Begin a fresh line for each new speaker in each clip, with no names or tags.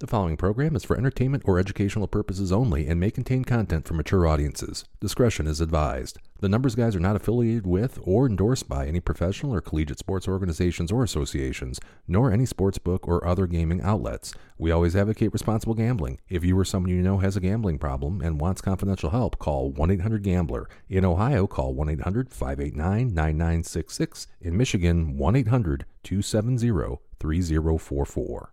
The following program is for entertainment or educational purposes only and may contain content for mature audiences. Discretion is advised. The Numbers Guys are not affiliated with or endorsed by any professional or collegiate sports organizations or associations, nor any sports book or other gaming outlets. We always advocate responsible gambling. If you or someone you know has a gambling problem and wants confidential help, call 1 800 Gambler. In Ohio, call 1 800 589 9966. In Michigan, 1 800 270 3044.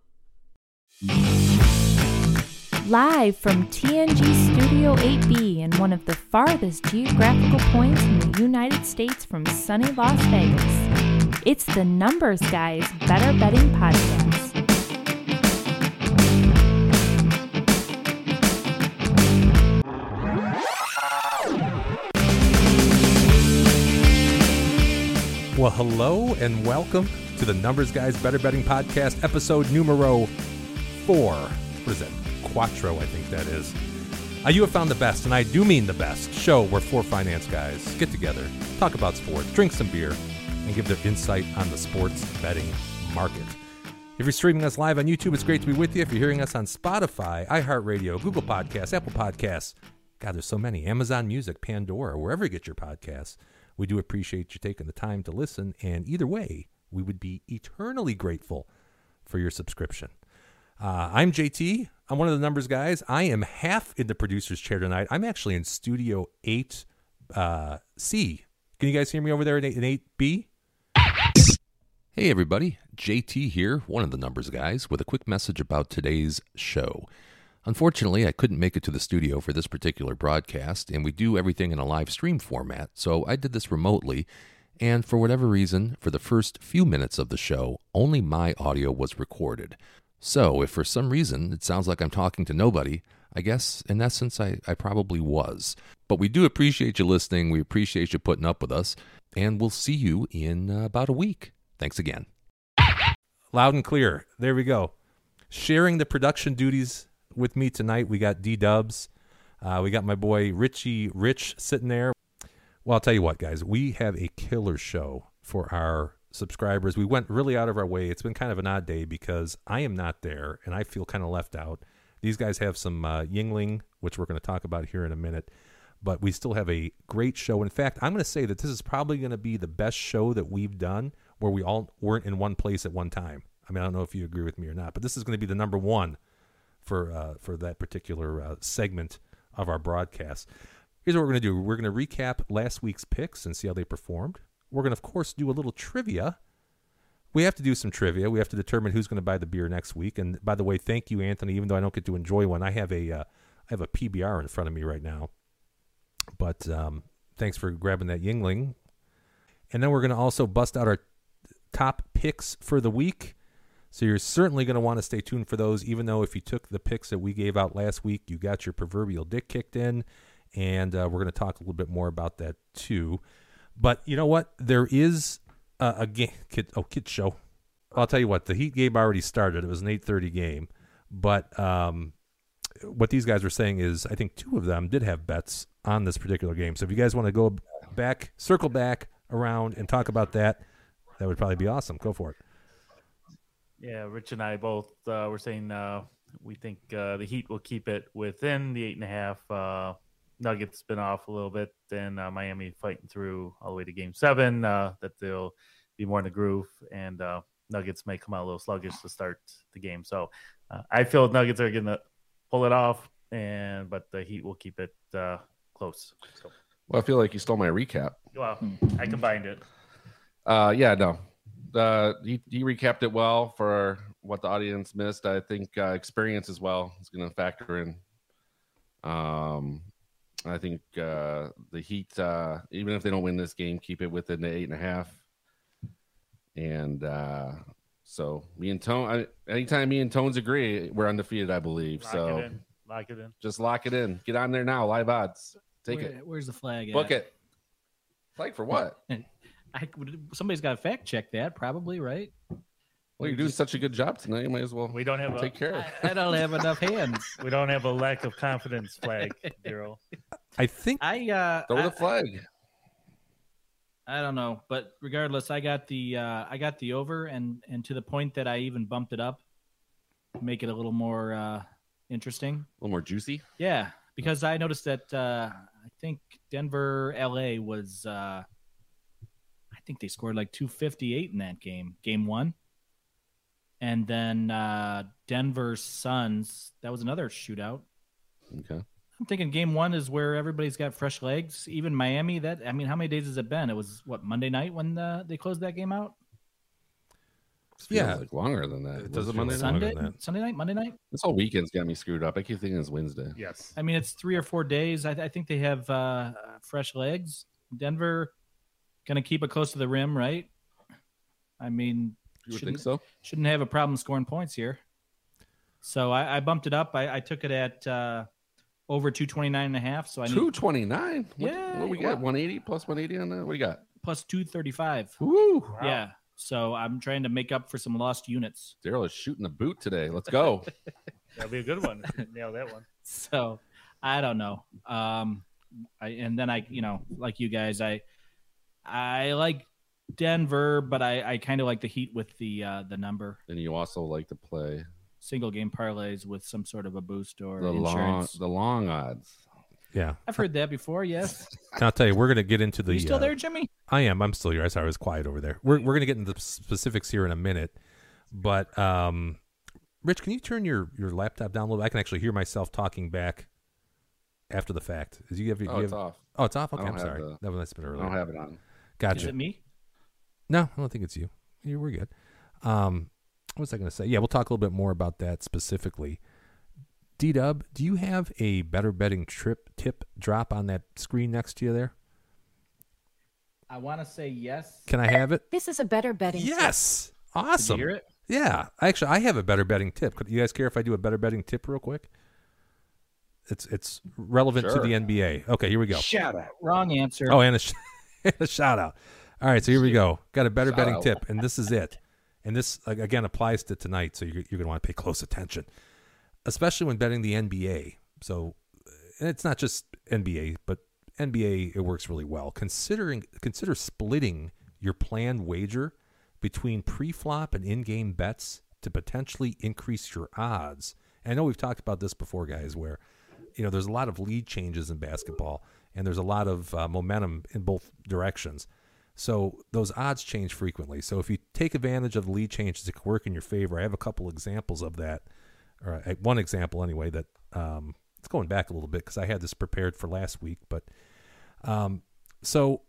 Live from TNG Studio 8B in one of the farthest geographical points in the United States from sunny Las Vegas, it's the Numbers Guys Better Betting Podcast.
Well, hello and welcome to the Numbers Guys Better Betting Podcast, episode numero four. What is that? Quattro, I think that is. Uh, you have found the best, and I do mean the best, show where four finance guys get together, talk about sports, drink some beer, and give their insight on the sports betting market. If you're streaming us live on YouTube, it's great to be with you. If you're hearing us on Spotify, iHeartRadio, Google Podcasts, Apple Podcasts, God, there's so many. Amazon Music, Pandora, wherever you get your podcasts. We do appreciate you taking the time to listen. And either way, we would be eternally grateful for your subscription. Uh, I'm JT. I'm one of the numbers guys. I am half in the producer's chair tonight. I'm actually in Studio 8C. Can you guys hear me over there in, 8, in 8B? Hey, everybody. JT here, one of the numbers guys, with a quick message about today's show. Unfortunately, I couldn't make it to the studio for this particular broadcast, and we do everything in a live stream format, so I did this remotely. And for whatever reason, for the first few minutes of the show, only my audio was recorded. So, if for some reason it sounds like I'm talking to nobody, I guess in essence I, I probably was. But we do appreciate you listening, we appreciate you putting up with us, and we'll see you in uh, about a week. Thanks again loud and clear. There we go. Sharing the production duties with me tonight, we got D Dubs. Uh, we got my boy Richie Rich sitting there. Well, I'll tell you what, guys, we have a killer show for our subscribers. We went really out of our way. It's been kind of an odd day because I am not there and I feel kind of left out. These guys have some uh, Yingling, which we're going to talk about here in a minute, but we still have a great show. In fact, I'm going to say that this is probably going to be the best show that we've done where we all weren't in one place at one time. I mean, I don't know if you agree with me or not, but this is going to be the number one for uh, for that particular uh, segment of our broadcast. Here's what we're going to do: we're going to recap last week's picks and see how they performed. We're going to, of course, do a little trivia. We have to do some trivia. We have to determine who's going to buy the beer next week. And by the way, thank you, Anthony. Even though I don't get to enjoy one, I have a uh, I have a PBR in front of me right now. But um, thanks for grabbing that Yingling. And then we're going to also bust out our top picks for the week. So you're certainly going to want to stay tuned for those, even though if you took the picks that we gave out last week, you got your proverbial dick kicked in. And uh, we're going to talk a little bit more about that too. But you know what? There is uh, a game. Kid, oh, kid show. I'll tell you what. The Heat game already started. It was an 8:30 game, but um, what these guys were saying is I think two of them did have bets on this particular game. So if you guys want to go back, circle back around and talk about that, that would probably be awesome. Go for it.
Yeah, Rich and I both uh, were saying uh, we think uh, the Heat will keep it within the eight and a half. Uh, Nuggets been off a little bit, then uh, Miami fighting through all the way to Game Seven. Uh, that they'll be more in the groove, and uh, Nuggets may come out a little sluggish to start the game. So uh, I feel Nuggets are going to pull it off, and but the Heat will keep it uh, close. So
Well, I feel like you stole my recap.
well, I combined it.
Uh, yeah, no, uh, he, he recapped it well for what the audience missed. I think uh, experience as well is going to factor in. Um, I think uh, the Heat, uh, even if they don't win this game, keep it within the eight and a half. And uh, so me and Tone, I, anytime me and Tones agree, we're undefeated, I believe.
Lock
so
it in. Lock it in.
just lock it in. Get on there now. Live odds. Take
Where-
it.
Where's the flag?
Book
at?
it. Like for what?
I, would- somebody's got to fact check that, probably, right?
Well, you're doing such a good job tonight. You might as well
We don't have a
take care of
I,
it.
I don't have enough hands.
we don't have a lack of confidence flag, Daryl.
I think
I uh,
Throw
I,
the flag.
I don't know, but regardless, I got the uh, I got the over, and and to the point that I even bumped it up make it a little more uh, interesting.
little more juicy.
Yeah, because I noticed that uh, I think Denver LA was uh, I think they scored like 258 in that game, game 1. And then uh, Denver Suns, that was another shootout.
Okay.
I'm thinking game 1 is where everybody's got fresh legs, even Miami that I mean how many days has it been? It was what Monday night when the, they closed that game out?
Feels
Yeah.
like longer than
It
that. Was
does
it
feel
Monday
like
night?
longer
Sunday
than that.
Sunday night, Monday night?
This whole weekend's got me screwed up. I keep thinking it's Wednesday.
Yes.
I mean, it's three or four days. I, I think they have uh, fresh legs. Denver going to keep it close to the rim, right? I mean,
You would
shouldn't,
think so?
shouldn't have a problem scoring points here. So I, I bumped it up. I, I took it at uh, over 229 and a half. So I need
Two twenty nine.
Yeah,
What, what we
yeah.
got? One eighty plus one eighty on that. What do you got?
plus 235.
Woo!
Wow.
Yeah. So I'm trying to make up for some lost units.
Daryl is shooting the boot today. Let's go.
That'd be a good one. if you Nail that one.
so I don't know. Um, I, and then I, you know, like you guys, I, I like Denver, but I, I kind of like the Heat with the uh, the number
and you also like to play
single game parlays with some sort of a boost or
the long
insurance.
the long odds.
Yeah.
I've heard that before. Yes,
And I'll tell you, we're going to get into the.
you still
uh,
there, Jimmy?
I am. I'm still here. I sorry, I was quiet over there. We're we're gonna get into the specifics here in a minute, but um, Rich, can you turn your your laptop down a little? bit? I can actually hear myself talking back after the fact. Is you have, you
Oh, it's
have-
off.
oh, it's off.
I
Okay,
don't
I'm
have
sorry.
the-
that was that's been
I
earlier.
don't have it on.
Is
gotcha.
it me?
No, I don't think it's you. You we're good. Um, what was I going to say? Yeah, we'll talk a little bit more about that specifically. D Dub, do you have a better betting trip tip drop on that screen next to you there?
I want to say yes.
Can I have it?
This is a better betting.
Yes.
Did you
Awesome.
hear it?
Yeah, actually, I have a better betting tip. Could you guys care if I do a better betting tip real quick? It's it's relevant
Sure.
to the NBA. Okay, here we go.
Shout out. Wrong answer.
Oh, and a, sh- and a shout out. All right, so here we go. Got a better
Shout
betting
out.
tip, and this is it. And this ag- again applies to tonight, so you're, you're going to want to pay close attention, especially when betting the NBA. So, and it's not just NBA, but NBA it works really well. Considering consider splitting your planned wager between pre-flop and in-game bets to potentially increase your odds. And I know we've talked about this before, guys, where you know there's a lot of lead changes in basketball, and there's a lot of uh, momentum in both directions. So those odds change frequently. So if you take advantage of the lead changes, it can work in your favor. I have a couple examples of that, or uh, one example anyway. That um, it's going back a little bit because I had this prepared for last week, but um, so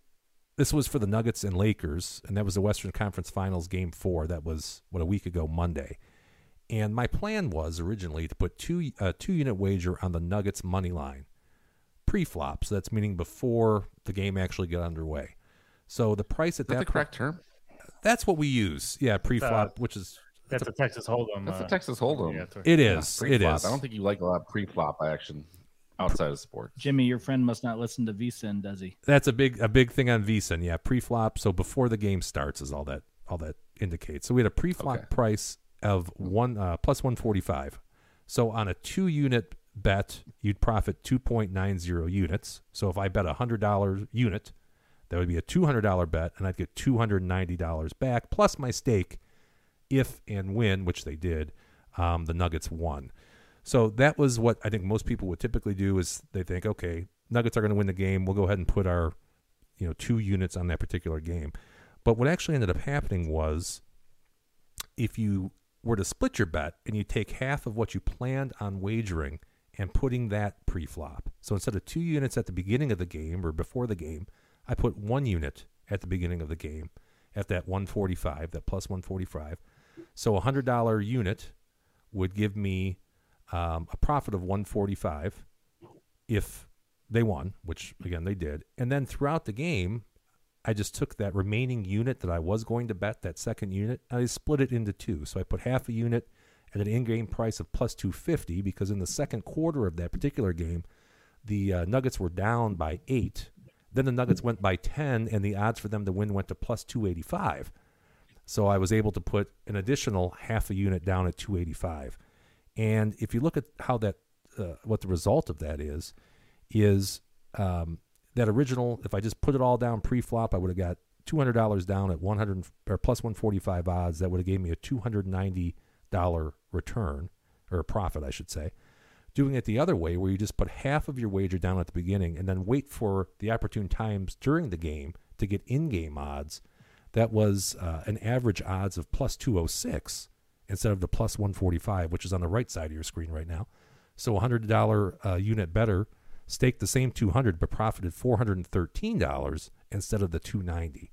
this was for the Nuggets and Lakers, and that was the Western Conference Finals Game Four. That was what a week ago Monday, and my plan was originally to put two a two unit wager on the Nuggets money line pre-flop. So that's meaning before the game actually got underway. So the price at
Is that the
that
correct term?
that's what we use. Yeah, pre-flop, which is
That's a Texas Hold'em.
That's
uh,
the Texas Hold'em.
yeah, that's right.
it is
Pre-flop.
it is.
I don't think you like a lot of pre-flop action outside of sports.
Jimmy, your friend must not listen to VSIN, does he?
that's a big a big thing on VSIN. Yeah, pre-flop. So before the game starts is all that all that indicates. So we had a pre-flop
Okay.
price of one uh, plus one forty five. So on a two unit bet, you'd profit two point nine zero units. So if I bet a hundred dollar unit, that would be a two hundred dollar bet, and I'd get two hundred ninety dollars back plus my stake, if and when, which they did. Um, the Nuggets won. So that was what I think most people would typically do is they think, okay, Nuggets are going to win the game. We'll go ahead and put our, you know, two units on that particular game. But what actually ended up happening was if you were to split your bet and you take half of what you planned on wagering and putting that pre-flop. So instead of two units at the beginning of the game or before the game, I put one unit at the beginning of the game at that 145, that plus 145. So a $100 unit would give me um, a profit of 145 if they won, which again they did. And then throughout the game, I just took that remaining unit that I was going to bet, that second unit, and I split it into two. So I put half a unit at an in-game price of plus 250 because in the second quarter of that particular game, the uh, Nuggets were down by eight. Then the Nuggets went by 10, and the odds for them to win went to plus 285. So I was able to put an additional half a unit down at 285. And if you look at how that, uh, what the result of that is, is um, that original. If I just put it all down pre-flop, I would have got two hundred dollars down at one hundred or plus one forty-five odds. That would have gave me a two hundred ninety dollar return or a profit, I should say. Doing it the other way, where you just put half of your wager down at the beginning and then wait for the opportune times during the game to get in game odds. That was uh, an average odds of plus 206 instead of the plus 145, which is on the right side of your screen right now. So a $100 uh, unit better staked the same 200 but profited $413 instead of the 290.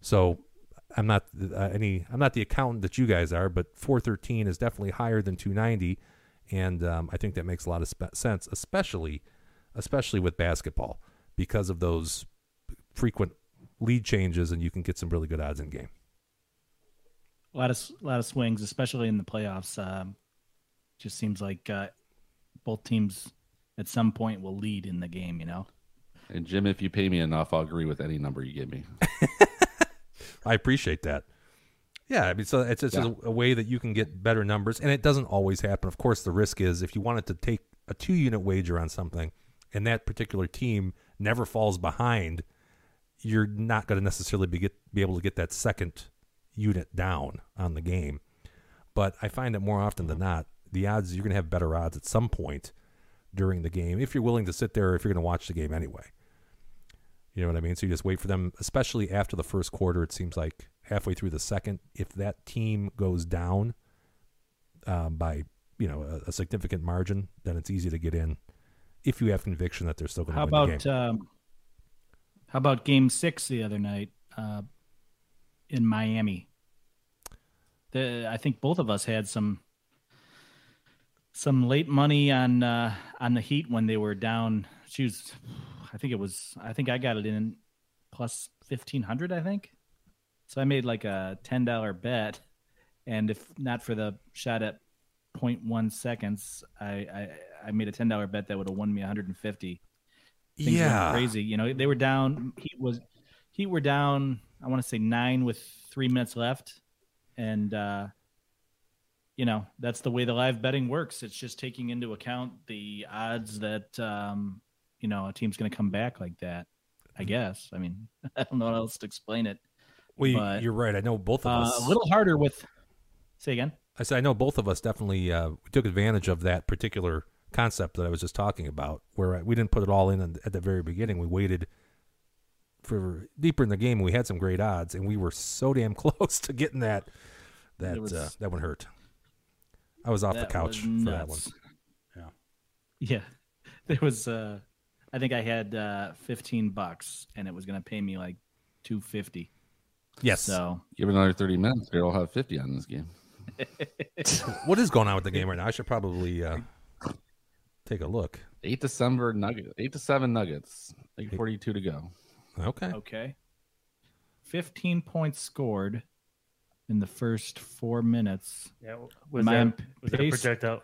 So I'm not uh, any I'm not the accountant that you guys are, but 413 is definitely higher than 290, and um, I think that makes a lot of spe- sense, especially especially with basketball because of those frequent lead changes, and you can get some really good odds in game.
A lot of s- lot of swings, especially in the playoffs. Um, just seems like uh, both teams at some point will lead in the game. You know,
And Jim, if you pay me enough, I'll agree with any number you give me.
I appreciate that. Yeah, I mean, so it's, it's just a, a way that you can get better numbers, and it doesn't always happen. Of course, the risk is if you wanted to take a two-unit wager on something, and that particular team never falls behind, you're not going to necessarily be get, be able to get that second unit down on the game. But I find that more often
Mm-hmm.
than not, the odds you're going to have better odds at some point during the game if you're willing to sit there, if you're going to watch the game anyway. You know what I mean? So you just wait for them, especially after the first quarter. It seems like halfway through the second, if that team goes down um, by you know a, a significant margin, then it's easy to get in if you have conviction that they're still going to
how
win the
about
game.
um, how about Game Six the other night uh, in Miami? The, I think both of us had some some late money on uh, on the Heat when they were down. She was, I think it was. I think I got it in plus fifteen hundred. I think so. I made like a ten dollar bet, and if not for the shot at 0.1 seconds, I I, I made a ten dollar bet that would have won me one hundred and fifty things went
yeah,
crazy. You know, they were down. He was, he were down. I want to say nine with three minutes left, and uh, you know that's the way the live betting works. It's just taking into account the odds that um, you know a team's going to come back like that. I guess. I mean, I don't know how else to explain it.
well, you,
but-
you're right. I know both of
Uh,
us.
a little harder with. Say again.
I said I know both of us definitely uh, took advantage of that particular concept that I was just talking about, where uh, we didn't put it all in at the very beginning. We waited for deeper in the game. We had some great odds, and we were so damn close to getting that. That
It was-
uh, that one hurt. I was off the
That
couch
was
for that one.
nuts. Yeah. There was uh I think I had uh 15 bucks and it was going to pay me like 250.
Yes.
So,
Give it another 30 minutes here. I'll have 50 on this game.
What is going on with the game right now? I should probably uh, take a look.
Eight to seven nuggets. Eight to seven nuggets. Like 42 to go.
Okay.
okay. 15 points scored in the first 4 minutes.
Yeah, w- was
My
that, was that
pace-
projectile?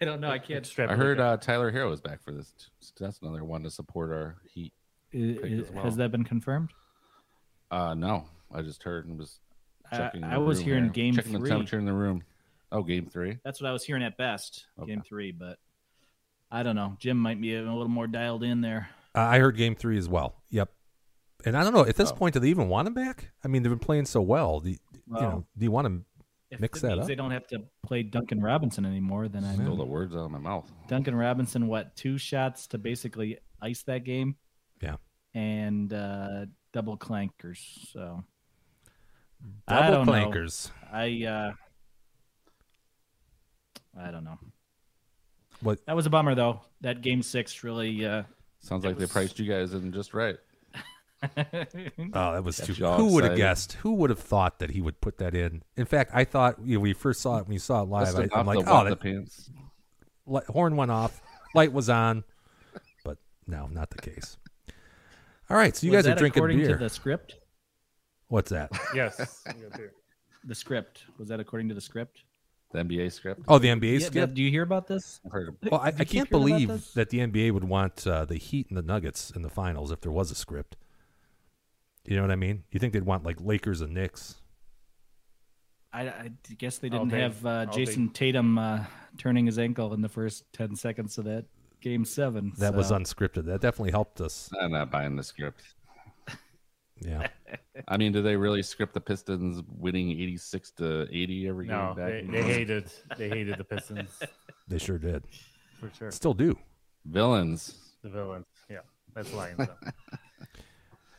I don't know, I
I heard uh, Tyler Hero is back for this. t- so that's another one to support our Heat. pick as well.
Has that been confirmed?
Uh, no, I just heard and was
I-
checking.
I
the
was
room
hearing
here.
game
checking the
three.
temperature in the room. Oh, game three.
That's what I was hearing at best,
Okay.
game 3, but I don't know. Jim might be a little more dialed in there.
Uh, I heard game three as well. Yep. And I don't know at this
Oh.
point do they even want him back? I mean, they've been playing so well. Do you, you know,
Well,
do you want him?
If
mix
it
that
means
up.
They don't have to play Duncan Robinson anymore, then I
Stole the words out of my mouth.
Duncan Robinson, what two shots to basically ice that game?
Yeah.
and uh, double clankers. So I
Double
don't know.
clankers.
I, uh, I don't know.
What?
That was a bummer, though. That game six really. Uh,
Sounds
It
like
was-
they priced you guys in just right.
Oh, that was
Got
too.
you all
Who would have
excited.
guessed? Who would have thought that he would put that in? In fact, I thought you know, we first saw it when you saw it live.
Just
I,
enough
I'm like,
to
oh,
wet the
that
pants.
li- horn went off, light was on, but no, not the case. All right, so you
was
guys are
that
drinking
according
beer.
to the script.
What's that?
yes. we got beer.
The script was that according to the script?
The NBA script.
Oh, the NBA
Yeah,
skip.
do you hear about this?
I've heard of-
Well, I,
Did
I
you keep
can't
hearing about
believe
this?
that the NBA would want uh, the Heat and the Nuggets in the finals if there was a script. You know what I mean? You think they'd want like Lakers and Knicks?
I, I guess they
I'll
didn't
take-
have uh,
I'll
Jason Tatum uh, turning his ankle in the first ten seconds of that game seven.
That was
so-
unscripted. That definitely helped us.
I'm not buying the script.
Yeah.
I mean, do they really script the Pistons winning 86 to 80 every
No,
game back?
they,
in
they
the-
hated they hated the Pistons
They sure did.
for sure.
Still do.
Villains.
The villains, yeah, that's lying. though.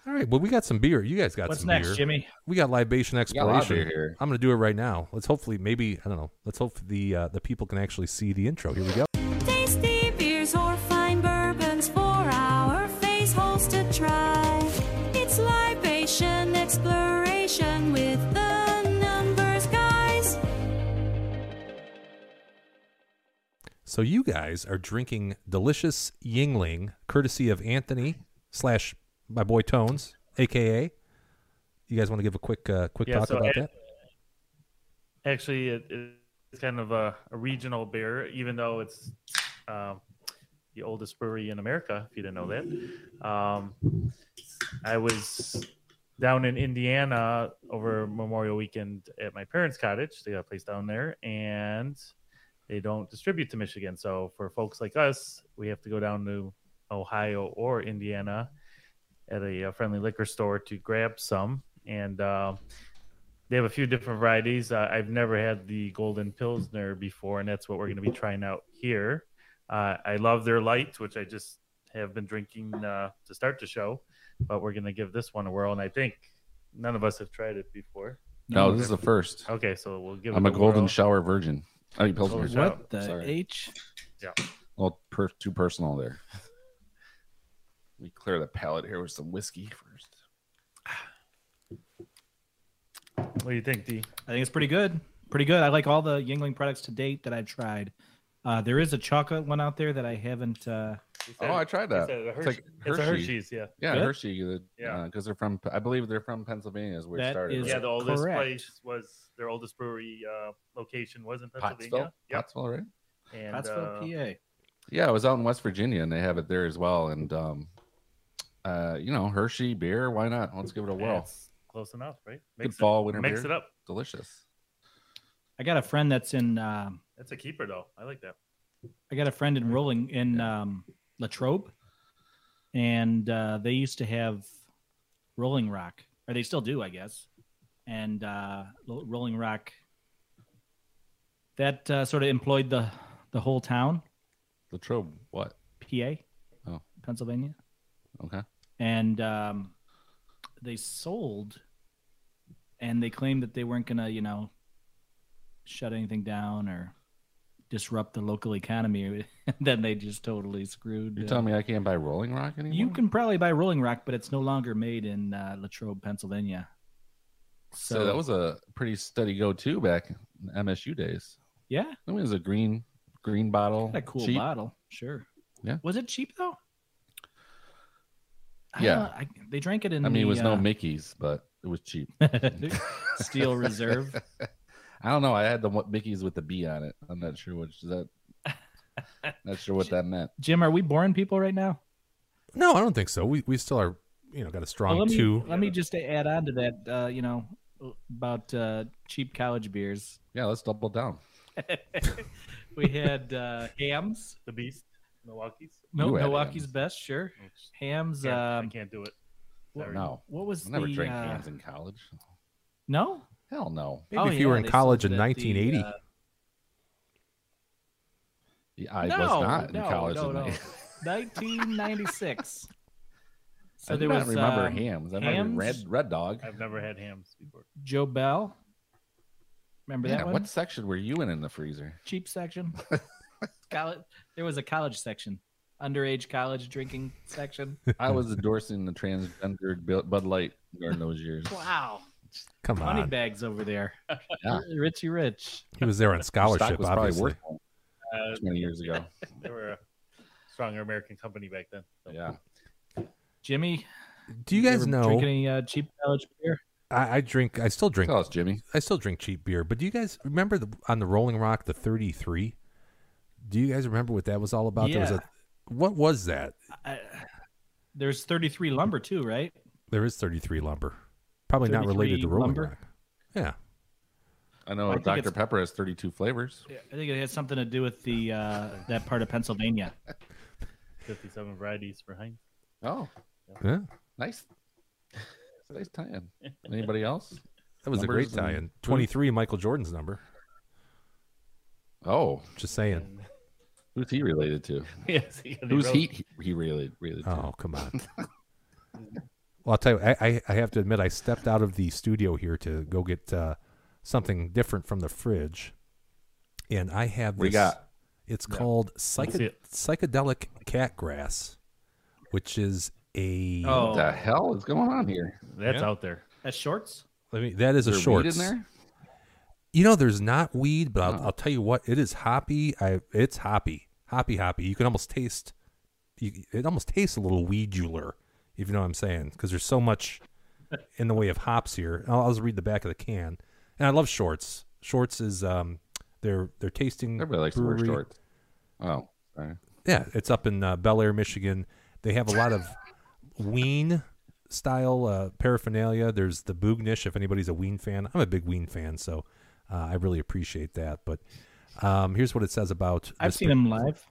All right. Well, we got some beer. You guys got
What's
some
next,
beer.
Jimmy?
We got libation
We got a lot of
exploration.
beer here.
I'm gonna do it right now. Let's hopefully maybe I don't know. Let's hope the uh, the people can actually see the intro. Here we go.
Tasty beers or fine bourbons for our face holes to try. It's libation exploration with the numbers guys.
So you guys are drinking delicious Yingling, courtesy of Anthony slash my boy Tones, aka. You guys want to give a quick uh, quick
Yeah,
talk
so
about
I-
that?
Actually, it, it's kind of a, a regional beer, even though it's um, the oldest brewery in America. If you didn't know that, um, I was down in Indiana over Memorial Weekend at my parents' cottage. They got a place down there, and they don't distribute to Michigan. So for folks like us, we have to go down to Ohio or Indiana at a, uh friendly liquor store to grab some. And uh, they have a few different varieties. Uh, I've never had the Golden Pilsner before, and that's what we're going to be trying out here. Uh, I love their light, which I just have been drinking uh, to start the show, but we're going to give this one a whirl. And I think none of us have tried it before.
No, this is the first.
Okay, so we'll give.
I'm
it
a golden
whirl.
shower virgin. I mean, Pilsner.
Golden
A
shower.
What
What
the
Sorry.
H?
little per- too personal there. Let me clear the palate here with some whiskey first.
What do you think, D?
I think it's pretty good. Pretty good. I like all the Yingling products to date that I've tried. Uh, there is a chocolate one out there that I haven't. Uh,
You said-
Oh, I tried
you
that.
said a
It's
Hershey-
like
It's a
Hershey.
Hershey's, yeah.
Yeah,
Good?
Hershey. the-
Yeah.
uh, because they're from. I believe they're from Pennsylvania. Is where
That
it started.
is
right?
Yeah, the oldest
correct.
place was their oldest brewery uh, location was in
Pottsville.
Pennsylvania. Yep.
Pottsville, right?
And
Pottsville,
uh,
PA.
Yeah, I was out in West Virginia, and they have it there as well. And um, uh, you know, Hershey beer. Why not? Let's give it a whirl.
that's close enough, right?
Oh, Good
Mix it,
fall winter
mix
beer.
it up.
Delicious.
I got a friend that's in. Um,
That's a keeper, though. I like that.
I got a friend
Mm-hmm.
in Rolling in um, Latrobe, and uh, they used to have Rolling Rock, or they still do, I guess. And uh, L- Rolling Rock that uh, sort of employed the the whole town,
Latrobe. What?
PA,
Oh.
Pennsylvania,
Okay.
and um, they sold, and they claimed that they weren't gonna, you know, shut anything down or disrupt the local economy. then they just totally screwed.
You're
uh,
telling me I can't buy Rolling Rock anymore?
You can probably buy Rolling Rock, but it's no longer made in uh, Latrobe, Pennsylvania.
So, that was a pretty steady go-to back in MSU days.
yeah,
I mean, it was a green green bottle.
had a cool
cheap.
bottle, sure.
Yeah.
was it cheap though? I don't
Yeah.
know, I, they drank it in.
I mean,
the,
it was
uh,
no Mickey's, but it was cheap.
Steel Reserve.
I don't know. I had the one- Mickey's with the B on it. I'm not sure which is that. Not sure what that meant.
Jim, are we boring people right now?
No, I don't think so. We we still are. You know, got a strong
Well, let me,
two.
Let me just add on to that. Uh, you know about uh, cheap college beers.
Yeah, let's double down.
We had uh, hams.
The Beast, Milwaukee's.
No,
You had
Milwaukee's
Hams.
best, sure. Hams.
Can't- I
Um,
can't do it.
what,
No.
what was
I never
the,
drank
uh,
cans in college.
No.
Hell no.
Maybe
Oh,
if you were
yeah,
in
they
college in
sold it at the,
1980.
uh,
Yeah, I was
no,
not in
no,
college.
no,
in
no.
my-
1996. So
I do
there
not
was
remember
um,
hams. I remember red
hams.
red dog.
I've never had hams before.
Joe Bell. Remember
Yeah,
that one?
what section were you in in the freezer?
cheap section. college. There was a college section, underage college drinking section.
I was endorsing the transgendered Bu- Bud Light during those years.
Wow,
Come
money
on,
bags over there.
Yeah.
Richie Rich.
he was there on
Stock
scholarship.
was probably
Obviously,
worth
Uh,
20 years ago.
they were a stronger American company back then. so.
Yeah.
Jimmy,
do you guys
ever
know?
drink any uh, cheap college beer?
I, I drink. I still drink.
Tell us, Jimmy.
I still drink cheap beer. But do you guys remember the on the Rolling Rock the thirty three? Do you guys remember what that was all about? There was a what was that?
I, there's 33 lumber too, right?
There is thirty three lumber. Probably not
33
related to Rolling
lumber?
Rock. Yeah.
I know
I think
Dr.
it's-
Pepper has 32 flavors.
I think it had something to do with the uh, that part of Pennsylvania.
57 varieties for Heinz.
Oh,
Yeah.
nice. Nice tie-in. Anybody else?
That was a great
Numbers and
tie-in. Twenty-three, Michael Jordan's number.
Oh,
Just saying.
who's he related to?
yes, he got it
Who's
wrong.
he? He related related to?
Oh, come on. Well, I'll tell you, I, I, I have to admit, I stepped out of the studio here to go get uh, something different from the fridge, and I have
What do
this.
you got?
It's called
see
psycho-
it.
psychedelic cat grass, which is a
Oh,
What the hell is going on here?
That's
Yeah.
out there.
that's shorts.
Let me. That is a
Is there
short
weed in there?
You know, there's not weed, but I'll,
Oh.
I'll tell you what, it is hoppy. I it's hoppy, hoppy, hoppy. You can almost taste. You, it almost tastes a little weedular, if you know what I'm saying, because there's so much in the way of hops here. I'll, I'll just read the back of the can, and I love shorts. Shorts is um, they're they're tasting.
Everybody likes to wear
brewery.
shorts. Oh, sorry.
Yeah, it's up in uh, Bel Air, Michigan. They have a lot of Ween style uh, paraphernalia. There's the Boognish, if anybody's a Ween fan. I'm a big Ween fan, so uh, I really appreciate that. But um, here's what it says about.
I've
this
seen them live.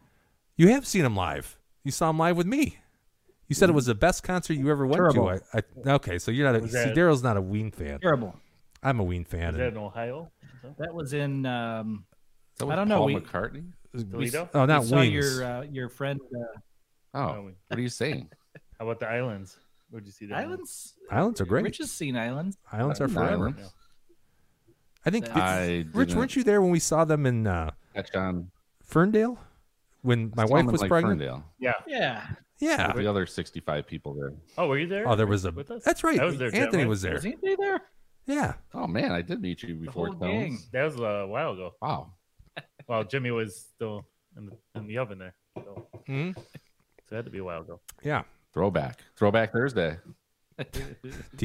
You have seen him live. You saw him live with me. You said it was the best concert you ever went
Terrible.
to. I, I, okay, so you're not a.
Was
See,
that-
Daryl's not a Ween fan.
Terrible.
I'm a Ween fan.
Is that
and-
in Ohio?
That was in. Um,
Is that
I
with
don't know,
Paul
we-
McCartney.
we-
Toledo?
oh, not
we saw
Wings.
your uh, your friend uh,
Oh, what are you saying?
How about the islands? Where'd you see that?
Islands.
Islands are great.
Rich has seen Islands.
Islands are
Island.
forever. I think.
I
it's- Rich,
didn't-
weren't you there when we saw them in? Uh,
Catch on.
Ferndale when my wife
Sounded
was
like
pregnant.
Ferndale.
Yeah.
Yeah.
Yeah.
The other sixty-five people there.
Oh, were you there?
Oh, there was a.
With us?
That's right.
I was there,
Anthony
Jet,
was there.
Was anybody there?
Yeah.
Oh man, I did meet you before.
whole
Tones.
gang.
That was a while ago.
Wow.
Well, Jimmy was still in the, in the oven there. So, so
hmm
it had to be a while ago.
Yeah.
Throwback. Throwback Thursday. That should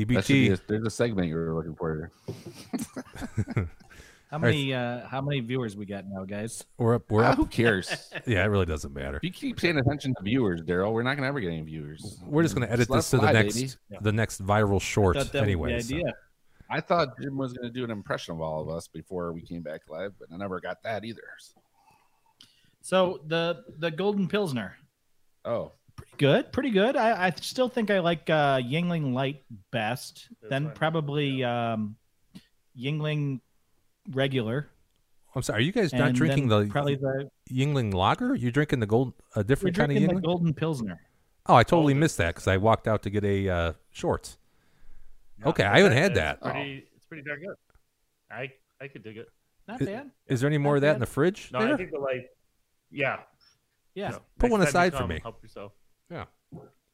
be
TBT.
a, there's a segment you were looking for here.
How
right.
many uh, how many viewers we got now, guys?
we're up. We're
Ah,
up.
who cares? if
Yeah, it really doesn't matter.
you keep paying attention to viewers, Daryl, we're not gonna ever get any viewers.
We're just going to edit
let
this to the
fly,
next
baby.
Yeah.
the next viral short
Thought that
anyway.
was
so-
the idea.
I thought Jim was gonna do an impression of all of us before we came back live, but I never got that either.
So the the golden pilsner,
Oh,
pretty good, pretty good. I, I still think I like uh, Yingling Light best.
That's
then
fine.
probably um, Yingling regular.
I'm sorry. Are you guys not
and
drinking
then
the
probably the
Yingling Lager? You're drinking the gold a
we're
different kind of
drinking the
Yingling.
golden pilsner.
oh, I totally missed that because I walked out to get a uh, shorts. Okay, I haven't had
It's
that.
Pretty, It's pretty darn good. I I could dig it.
Not
It-
bad.
Is there any more of that in
bad.
the fridge?
No,
there?
I think the light. Yeah.
Yeah.
So
Put one
next time you
aside for
come,
me.
Help yourself.
Yeah.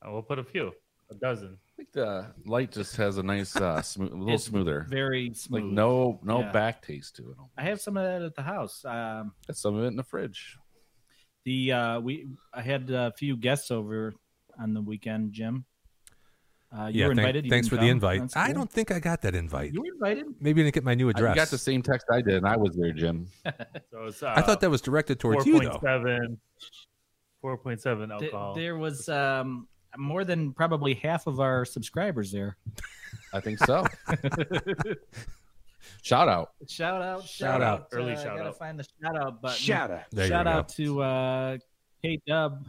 I will put a few, a dozen.
I think the light just has a nice, uh, smooth, a little
It's
smoother.
Very smooth.
Like no, no
Yeah.
back taste to it.
I have some of that at the house. Um,
Got some of it in the fridge.
the uh, we I had a few guests over on the weekend, Jim. Uh, you
yeah.
were
thank-
invited. You
thanks for
didn't
the
come.
invite.
That's
I
cool.
don't think I got that invite.
You were invited.
Maybe I didn't get my new
I you
address.
got the same text I did, and I was there, Jim.
So it's, uh,
I thought that was directed towards you, though.
4.7 4.7
Th-
alcohol.
there was um, more than probably half of our subscribers there.
I think so. Shout out.
Shout out!
Shout out.
Early
uh,
shout
gotta
out.
Find the shout out button.
Uh, out.
There you
shout
go.
out to uh, K Dub.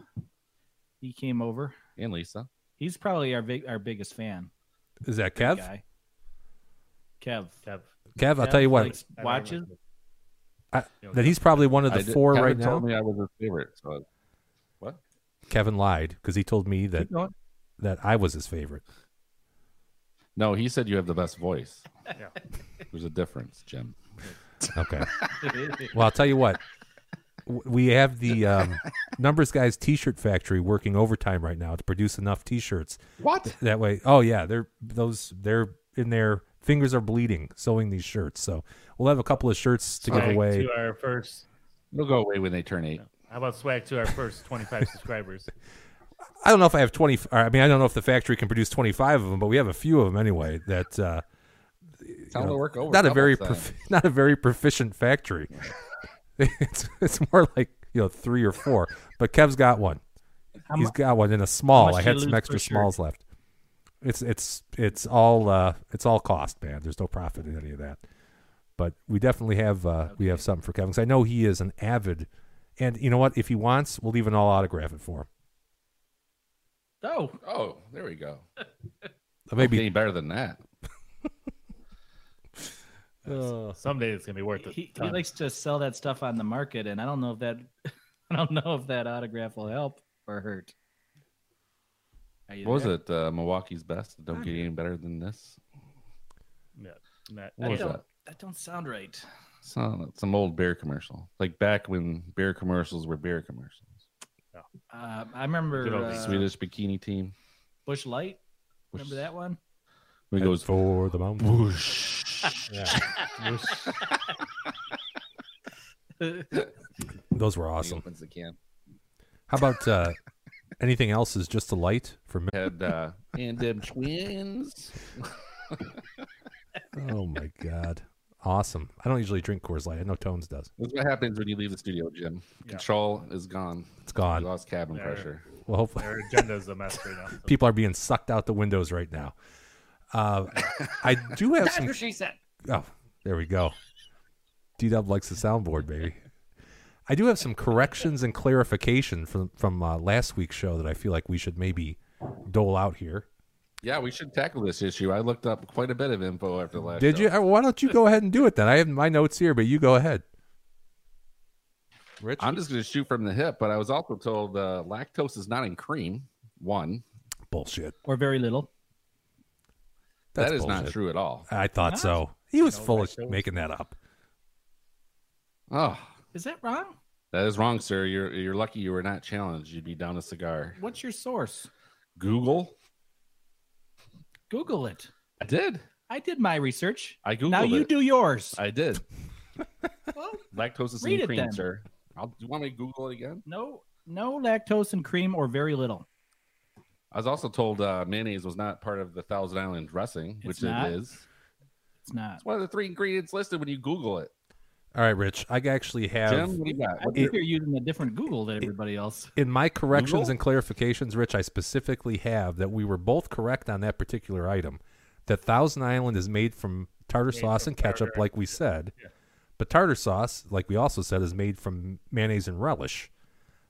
He came over.
And Lisa.
He's probably our big, our biggest fan.
Is that Kev?
guy. Kev.
Kev.
Kev, I'll
Kev
tell you what.
likes watches.
I-
You know,
that he's probably one of the
I did-
four
Kevin
right now.
told me I was his favorite. So
Kevin lied because he told me that
Keep going.
that I was his favorite.
no, he said you have the best voice.
Yeah.
There's a difference, Jim.
Okay. well, I'll tell you what. W- We have the um, Numbers Guys T-shirt factory working overtime right now to produce enough T-shirts.
What?
That way, oh yeah, they're those they're in their fingers are bleeding sewing these shirts. So we'll have a couple of shirts to give
swag
away.
To our first,
It'll go away when they turn eight.
how about swag to our first 25 subscribers?
I don't know if I have 20. Or, I mean, I don't know if the factory can produce 25 of them, but we have a few of them anyway that uh,
Tell
you
them
know,
to work over.
not a
double
very
time.
prof- not a very proficient factory. it's it's more like you know three or four. But Kev's got one.
How
He's
mu-
got one in a small.
much
I
do you
had some
lose
extra
per shirt?
smalls left. It's it's it's all uh, it's all cost, man. There's no profit in any of that. But we definitely have uh, we have something for Kevin 'cause I know he is an avid, and you know what? If he wants, we'll even all autograph it for him.
Oh,
Oh, there we go.
maybe
Any better than that?
uh,
Someday it's gonna be worth it.
He, he likes to sell that stuff on the market, and I don't know if that I don't know if that autograph will help or hurt. Are you
What was
there?
it? Uh, Milwaukee's best. Don't get any better than this.
Yeah, not-
What was
don't-
that?
That don't sound right.
Some, some old beer commercial, like back when beer commercials were beer commercials.
Uh, I
Good
remember
old
uh,
Swedish bikini team.
Bush Light. Remember that one?
He
it
goes.
goes for the mountain. Yeah. Those were
He
awesome.
opens the can.
How about uh, anything else? Is just a light for me?
Had uh, and them twins.
Oh my god, awesome! I don't usually drink Coors Light. I know Tones does.
That's what happens when you leave the studio, Jim. Control is gone.
It's
You
gone.
lost cabin
There.
pressure.
Well, hopefully,
Their agenda is a mess right now. So
people are being sucked out the windows right now. Uh, I do have some.
she said.
Oh, there we go. D Dub likes the soundboard, baby. I do have some corrections and clarification from from uh, last week's show that I feel like we should maybe dole out here.
Yeah, we should tackle this issue. I looked up quite a bit of info after the last.
Did
show.
you? uh, Why don't you go ahead and do it then? I have my notes here, but you go ahead. Rich,
I'm just going to shoot from the hip, but I was also told uh, lactose is not in cream. One,
bullshit.
Or very little.
That's
That is not
bullshit.
true at all.
I thought
Not?
so. He was
No,
full
my
of
show was-
making that up.
Oh,
Is that wrong?
that is wrong, sir. You're you're lucky you were not challenged. You'd be down a cigar.
What's your source?
Google.
Google it.
I did.
I did my research.
I googled.
now you
it.
do yours.
I did.
Well,
Lactose is
Read
in
it
cream,
then.
sir. I'll, do you want me to Google it again?
no, no lactose and cream, or very little.
I was also told uh, mayonnaise was not part of the Thousand Island dressing, which
It's not.
it is.
It's not.
It's one of the three ingredients listed when you Google it.
All right, Rich. I actually have
Jim, what do you got?
I think you're using a different Google than everybody else.
in my corrections
Google?
and clarifications, Rich. I specifically have that we were both correct on that particular item. That Thousand Island is made from tartar sauce and ketchup, like we said. But tartar sauce, like we also said, is made from mayonnaise and relish.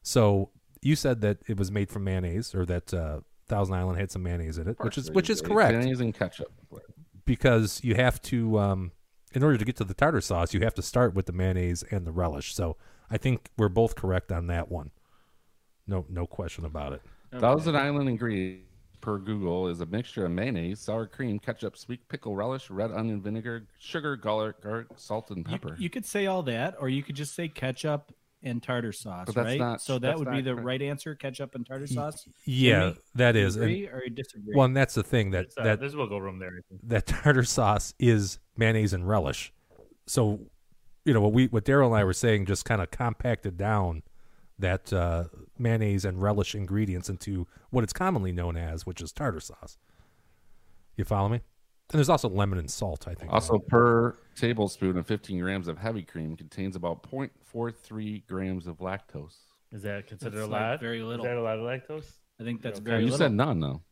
So you said that it was made from mayonnaise, or that uh, Thousand Island had some mayonnaise in it, which is which is
It's
correct.
Mayonnaise and ketchup.
because you have to um, in order to get to the tartar sauce you have to start with the mayonnaise and the relish so i think we're both correct on that one no no question about it
Thousand Island ingredient per Google is a mixture of mayonnaise, sour cream, ketchup, sweet pickle relish, red onion vinegar, sugar, garlic, garlic salt, and
You,
pepper.
you could say all that, or you could just say ketchup and tartar sauce,
But that's
right?
not-
so that
that's
would be
not Mm,
the
correct.
right answer: ketchup and tartar sauce.
yeah
Agree?
that is and-
agree or you disagree?
well and that's the thing that
it's, uh,
that
there's wiggle room there. I think.
that tartar sauce is mayonnaise and relish so you know what we what daryl and i were saying just kind of compacted down that uh, mayonnaise and relish ingredients into what it's commonly known as which is tartar sauce you follow me and there's also lemon and salt i think
also, per tablespoon of 15 grams of heavy cream contains about 0.43 grams of lactose.
Is that considered
That's
a
like
lot?
very little.
Is that a lot of lactose?
I think that's
Yeah,
Yeah,
very
you
little.
said none, though.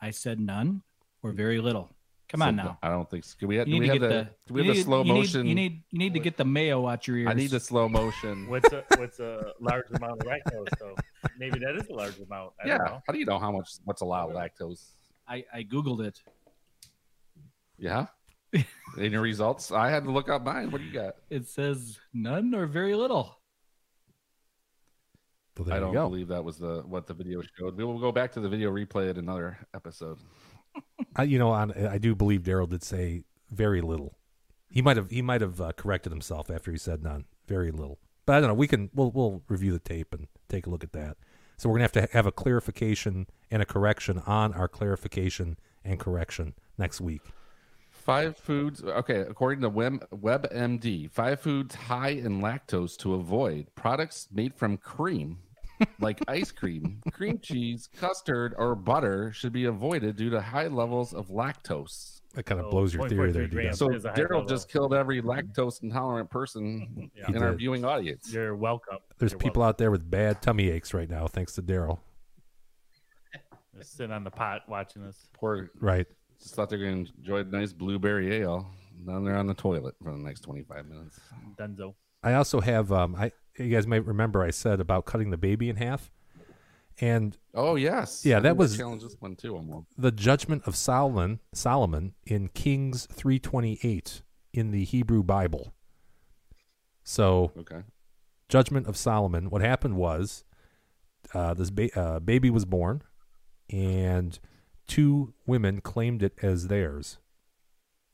I said none or very little. Come
Mm. So
on now.
I don't think. So. Do we have,
You
do we
need to
have
get
the,
the,
do we
you
have the
need-
slow
you need-
motion?
You need you need to get the mayo out your ears.
I need the slow motion.
What's a what's a large amount of lactose though? Maybe that is a large amount. I
yeah.
don't know.
How do you know how much? What's a lot of lactose?
I, I googled it.
Yeah. Any results? I had to look up mine. What do you got?
It says none or very little.
Well, there
I
you
don't
go.
believe that was the what the video showed. We will go back to the video replay at another episode.
I, you know, on, I do believe Daryl did say very little. He might have he might have uh, corrected himself after he said none, very little. But I don't know. We can we'll we'll review the tape and take a look at that. So we're gonna have to have a clarification and a correction on our clarification and correction next week.
Five foods, okay, according to Web, WebMD, five foods high in lactose to avoid products made from cream, like ice cream, cream cheese, custard, or butter, should be avoided due to high levels of lactose.
That kind of
Oh,
blows your theory there,
0.43
D-Dub.
grams.
So
is a high level.
Daryl just killed every lactose intolerant person
Yeah.
in
He
our
did.
viewing audience.
You're welcome.
There's
You're
people
welcome.
out there with bad tummy aches right now, thanks to Daryl.
Just sitting on the pot watching us.
Poor,
Right.
just thought they were going to enjoy a nice blueberry ale. Now they're on the toilet for the next 25 minutes.
Dunzo.
I also have um I you guys might remember I said about cutting the baby in half. and
Oh yes.
Yeah,
I
that
think I
was-
challenged this one too. Almost.
the judgment of Solomon, Solomon in Kings 328 in the Hebrew Bible. So,
Okay.
judgment of Solomon, what happened was uh, this ba- uh, baby was born and two women claimed it as theirs,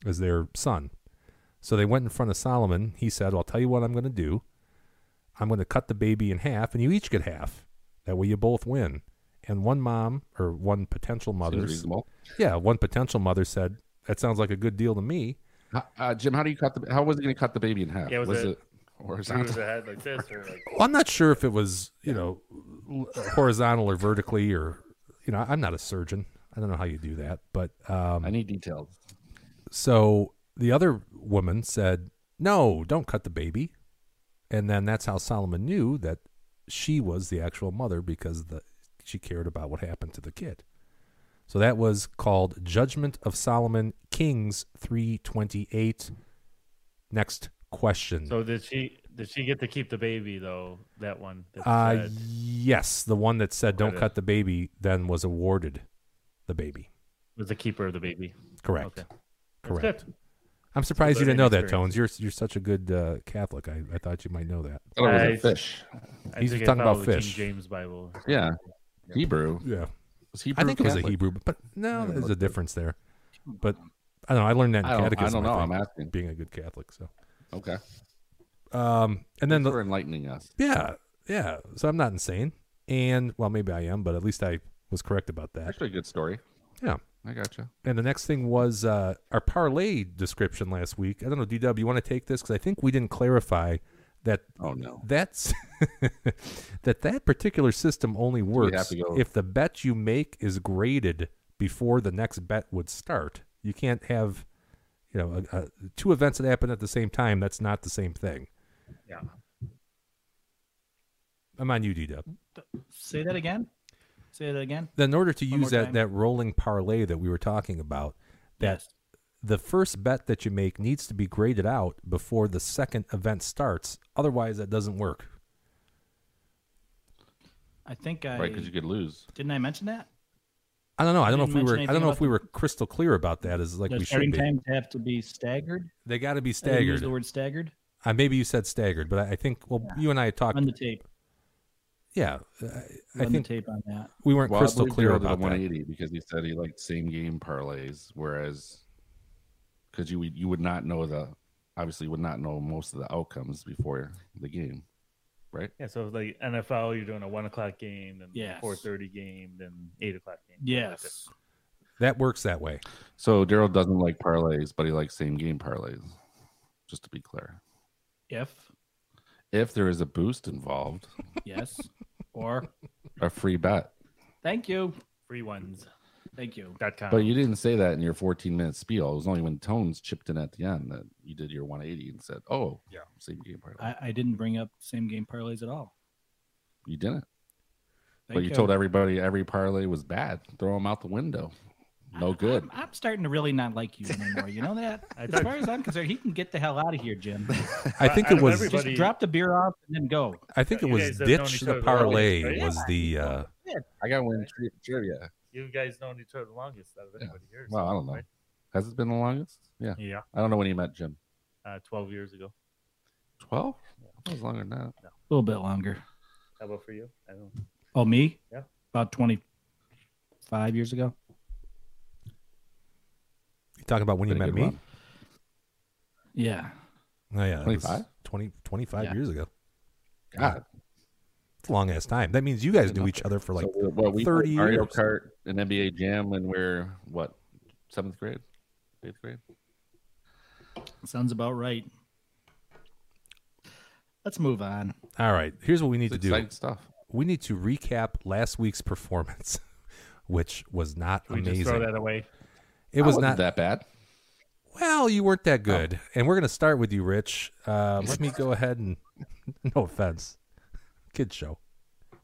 as their son. So they went in front of Solomon. He said, I'll tell you what I'm going to do. I'm going to cut the baby in half and you each get half. That way you both win. And one mom or one potential
Seems
mother
reasonable.
yeah, one potential mother said, "That sounds like a good deal to me."
Uh, Uh, Jim, how do you cut the? How was he going to cut the baby in half?
Yeah, was it-
horizontal?
Screws the head like this, or like
Well, I'm not sure if it was, you know, l- horizontal or vertically, or you know, I'm not a surgeon. I don't know how you do that, but um,
I need details.
so the other woman said, "No, don't cut the baby," and then that's how Solomon knew that she was the actual mother because the she cared about what happened to the kid. So that was called Judgment of Solomon, Kings three twenty eight. Next question.
So did she? Did she get to keep the baby though? That one. That
uh,
said-
yes, the one that said "Don't
Right.
cut the baby" then was awarded the baby.
was the keeper of the baby.
Correct.
Okay. That's
Correct.
good.
I'm surprised you
learning
didn't know that,
experience.
Tones. You're you're such a good uh, Catholic. I, I thought you might know that.
I thought it was a
I-
fish.
I
He's
think I
talking about
follow the
fish.
King James Bible.
Yeah. Hebrew.
Yeah.
Was Hebrew
I think it was a
Catholic?
Hebrew, but no,
don't
there's
know.
a difference there. But I don't know. I learned that in
I don't- I
catechism.
don't know,
think,
I'm asking.
Being a good Catholic, so.
Okay.
Um, and then
Thanks
the,
for enlightening us.
yeah, yeah. So I'm not insane, and well, maybe I am, but at least I was correct about that.
Actually, a good story.
Yeah.
I gotcha.
And the next thing was uh, our parlay description last week. I don't know, DW, you want to take this because I think we didn't clarify that
Oh no.
that's that that particular system only works
to go-
if the bet you make is graded before the next bet would start. You can't have you know a, a, two events that happen at the same time. That's not the same thing.
Yeah.
I'm on you, DW.
Say that again. Say that again.
Then in order to
One
use
more
that
time.
that rolling parlay that we were talking about, that
Yes.
the first bet that you make needs to be graded out before the second event starts. Otherwise, that doesn't work.
I think I
Right, because you could lose.
didn't. I mention that.
I don't know. I don't know
didn't
if we
mention
were. I
anything
don't know
about
if we
the-
were crystal clear about that. As like
Does
we should
starting
be.
times have to be staggered.
They got to be
I didn't Use
staggered.
the word staggered
Uh, maybe you said staggered, but I, I think. Well, you and I had talked.
on the tape.
yeah, uh, I
Run
think
the tape on that.
we weren't
Well, I
crystal
believe
clear
Gerald did a
about that.
180 because he said he liked same game parlays, whereas because you would- you would not know the obviously would not know most of the outcomes before the game, right?
Yeah. So like NFL, you're doing a one o'clock game, then
Yes.
four thirty game, then eight o'clock game.
Yes.
That works that way.
So Daryl doesn't like parlays, but he likes same game parlays. Just to be clear,
If
if there is a boost involved,
yes or
a free bet.
thank you,
Freeones.com.
thank you.
But you didn't say that in your 14 minute spiel. It was only when Tones chipped in at the end that you did your 180 and said, "Oh, yeah, same game parlay."
I, I didn't bring up same game parlays at all.
you didn't.
Thank
But you told everybody every parlay was bad. Throw them out the window. No
I'm-
good.
I'm, I'm starting to really not like you anymore. You know that.
I
As
thought-
far as I'm concerned, he can get the hell out of here, Jim.
I think
out
it
of
was.
everybody-
Just drop the beer off and then go.
I think it
You
was
guys have known
ditch
each
the
other for a long
parlay
time.
was the. Uh,
I got one tri- trivia.
You guys known each other the longest out of anybody here.
Well, I don't know. Has it been the longest? Yeah.
Yeah.
I don't know when you met Jim.
Uh, Twelve years ago.
12? That was longer than that.
A little bit longer.
How about for you? I don't.
Oh, me?
Yeah.
About 25 years ago.
you talking about when you
Been a
met
good
me?
run.
Yeah.
Oh yeah, that was
25?
20, 25
Yeah.
years ago.
God.
It's a long ass time. That means you guys knew
Enough.
each other for like
so, we- well, we
30
played Mario
years.
Kart and NBA Jam when we are what? Seventh grade? Eighth grade?
Sounds about right. Let's move on.
All right, here's what we need
It's
to do.
exciting stuff.
We need to recap last week's performance, which was not
We
amazing.
just throw that away.
It
I
was not.
wasn't that Oh. bad.
Well, you weren't that good, and we're going to start with you, Rich. Uh, let me go ahead and no offense, kids show.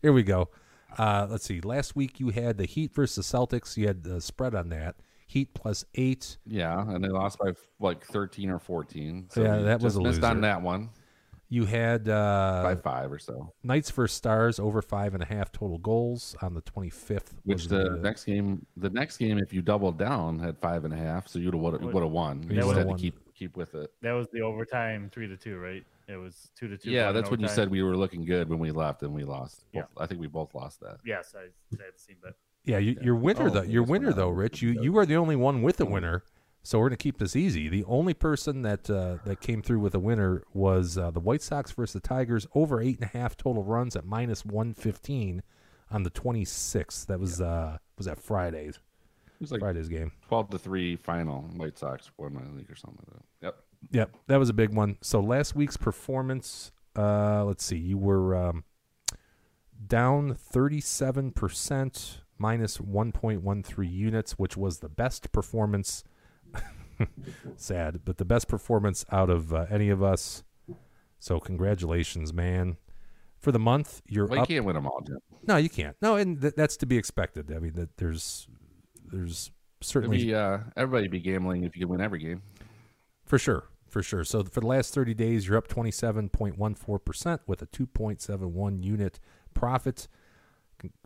Here we go. Uh, let's see. Last week you had the Heat versus Celtics. You had the spread on that. Heat plus eight.
Yeah. And they lost by like 13 or 14.
Yeah,
you
that was
just
a
missed
loser.
on that one.
You had uh,
by five or so.
Knights versus Stars over five and a half total goals on the 25th.
Which
was
the next game, the next game, if you doubled down, had five and a half, so you'd have would
Would-
have won. You
would've
just had to
won.
keep keep with it.
That was the overtime three to two, right? It was two to two.
yeah,
going
that's when you
overtime.
said we were looking good when we left, and we lost.
Yeah.
Both- I think we both lost that.
Yes, I, I had seen that.
Yeah, you, your winner
Oh,
though.
yeah,
Your
that's what
winner though,
happened.
Rich. You you are the only one with a winner. So we're gonna keep this easy. The only person that uh, that came through with a winner was uh, the White Sox versus the Tigers over eight and a half total runs at minus one fifteen on the twenty sixth. That was uh was that Friday's
It was like
Friday's game.
twelve to three final. White Sox won my league or something like that. Yep.
Yep, that was a big one. So last week's performance, uh, let's see, you were um, down 37%, minus 1.13 units, which was the best performance. Sad, but the best performance out of uh, any of us. So congratulations, man. For the month, you're
Well, you
up.
can't win them all, Jim.
No, you can't. No, and th- that's to be expected. I mean, that there's, there's
It'd
certainly
be, uh, everybody be gambling if you could win every game.
For sure. For sure. So for the last 30 days, you're up 27.14% with a 2.71 unit profit.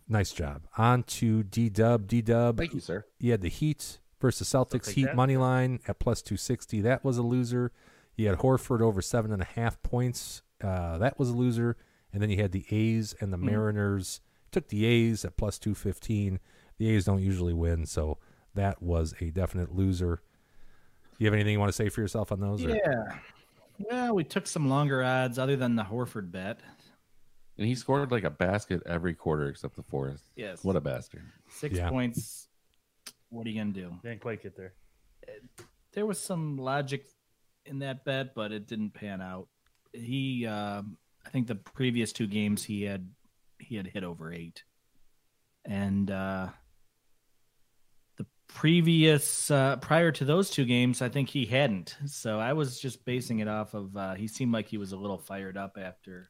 Nice job. On to D Dub. D Dub,
Thank you, sir.
you had the Heat versus Celtics
take
Heat
that.
money line at plus 260. That was a loser. You had Horford over seven and a half points. Uh, that was a loser. And then you had the A's and the Mariners. Took the A's at plus 215. The A's don't usually win, so that was a definite loser. You have anything you want to say for yourself on those? or-
Yeah. Well, we took some longer odds other than the Horford bet.
And he scored like a basket every quarter except the fourth.
Yes.
What a bastard.
Six
Yeah.
points. What are you going to do?
Didn't quite get there.
There was some logic in that bet, but it didn't pan out. He, um, I think the previous two games he had he had hit over eight, and uh, the previous uh, prior to those two games, I think he hadn't. So I was just basing it off of uh, he seemed like he was a little fired up after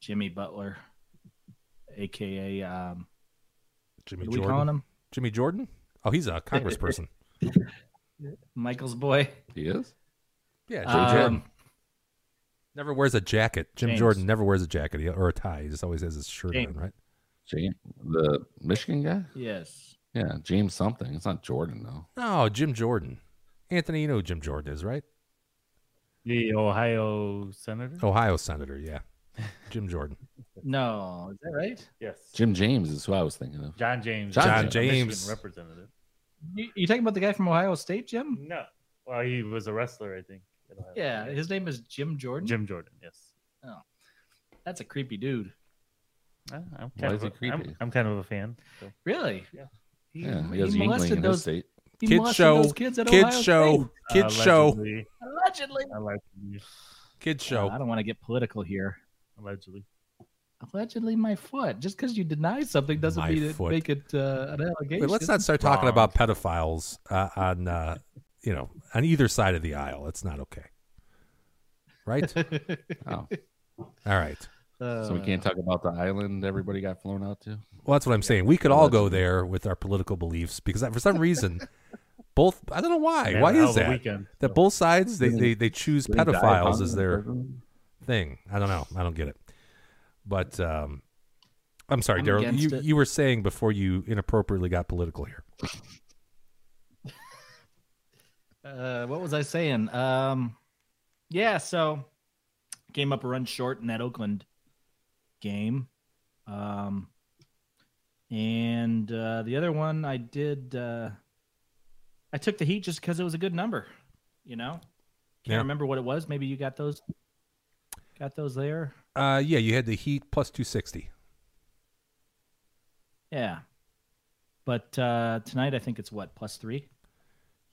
Jimmy Butler, aka um,
Jimmy
what are we calling
Jordan.
him
Jimmy Jordan? Oh, he's a congressperson.
Michael's boy.
He is?
yeah, Jim
Um,
Jordan. Never wears a jacket. Jim
James.
Jordan never wears a jacket he- or a tie. He just always has his shirt
James.
on, right?
James, the Michigan guy?
yes.
Yeah, James something. It's not Jordan, though.
No, Oh, Jim Jordan. Anthony, you know who Jim Jordan is, right?
The Ohio senator.
Ohio senator, yeah. Jim Jordan.
No, is that right?
Yes,
Jim James is who I was thinking of.
John James.
John
a
James.
Michigan representative.
You, you talking about the guy from Ohio State, Jim?
No, well, he was a wrestler, I think. at Ohio
Yeah,
State.
his name is Jim Jordan.
Jim Jordan. Yes.
That's a creepy dude.
I- Uh, I'm kind
Why
of
is he
a- I'm-
creepy?
I'm kind of a fan. so.
Really? He,
Yeah, he has Yingling in his
those,
state.
he
Kid
molested
show,
those kids at
Kids
Ohio
show.
State.
Kids
Uh,
show.
Uh, Allegedly.
Allegedly.
Allegedly.
Kids show.
I don't want to get political here.
Allegedly.
Allegedly, my foot. Just because you deny something doesn't
My
mean it
foot.
make it uh, an allegation.
Wait, let's not start talking about pedophiles uh, on uh, you know on either side of the aisle. That's not okay, right?
Oh,
all right.
Uh,
so we can't talk about the island everybody got flown out to?
Well, that's what I'm saying. We could all go there with our political beliefs because for some reason, both I don't know why.
Man,
why
hell
is
of a
that?
Weekend.
That both sides they, they, they choose
Did he die
pedophiles
upon
as
the
their
prison?
thing. I don't know. I don't get it. But um, I'm sorry,
I'm
Daryl.
against
You
it.
you were saying before you inappropriately got political here.
Uh, what was I saying? Um, yeah, so came up a run short in that Oakland game. Um, and uh, the other one I did, uh, I took the heat just because it was a good number, you know? Can't
Yeah.
remember what it was. Maybe you got those, got those there.
Uh, yeah, you had the Heat plus 260.
Yeah. But uh, tonight I think it's what, plus three?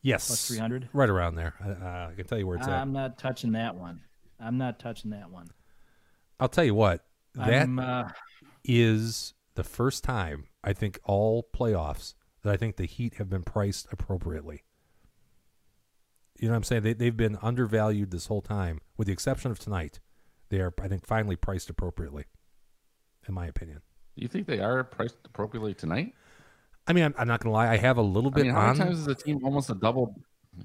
Yes,
Plus Um, 300?
right around there. I, uh, I can tell you where it's at.
I'm not touching that one. I'm not touching that one.
I'll tell you what. That
I'm, uh,
is the first time I think all playoffs that I think the Heat have been priced appropriately. You know what I'm saying? They, they've been undervalued this whole time, with the exception of tonight. They are, I think, finally priced appropriately, in my opinion.
Do you think they are priced appropriately tonight?
I mean, I'm, I'm not going to lie. I have a little
I
bit
mean, how
on.
many times is the team almost a double?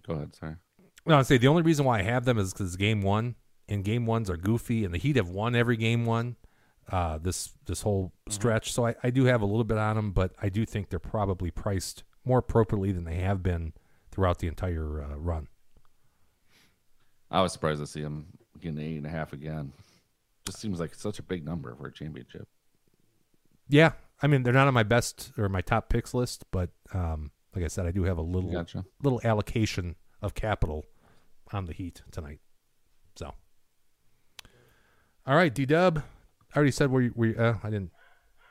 Go ahead, sorry.
No, I say the only reason why I have them is because game one, and game ones are goofy, and the Heat have won every game one uh, this this whole stretch. So I, I do have a little bit on them, but I do think they're probably priced more appropriately than they have been throughout the entire uh, run.
I was surprised to see him getting eight and a half again. Just seems like such a big number for a championship.
Yeah, I mean they're not on my best or my top picks list, but um, like I said, I do have a little
Gotcha.
little allocation of capital on the Heat tonight. So, all right, D Dub. I already said where you, where you, uh, I didn't.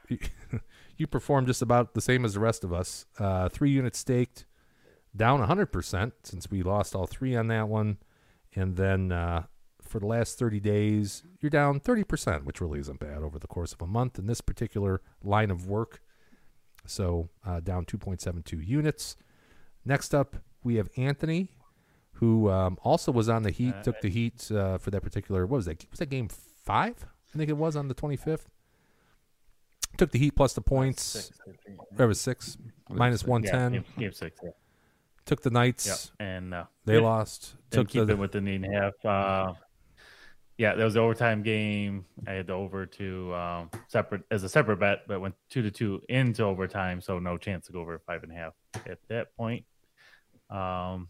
you performed just about the same as the rest of us. Uh, three units staked, down 100% since we lost all three on that one. And then uh, for the last 30 days, you're down 30%, which really isn't bad over the course of a month in this particular line of work. So uh, down 2.72 units. Next up, we have Anthony, who um, also was on the Heat,
Uh,
took the Heat uh, for that particular. What was that? Was that game five? I think it was on the 25th. Took the Heat plus the points.
Six, I think.
That was six minus one
Yeah,
ten.
game, game six. Yeah.
Took the Knights.
Yeah, and uh,
They
yeah,
lost.
Them
Took
keeping
the
within the eight and a half. Uh, yeah, that was the overtime game. I had the over to um, separate as a separate bet, but went two to two into overtime, so no chance to go over five and a half at that point. Um,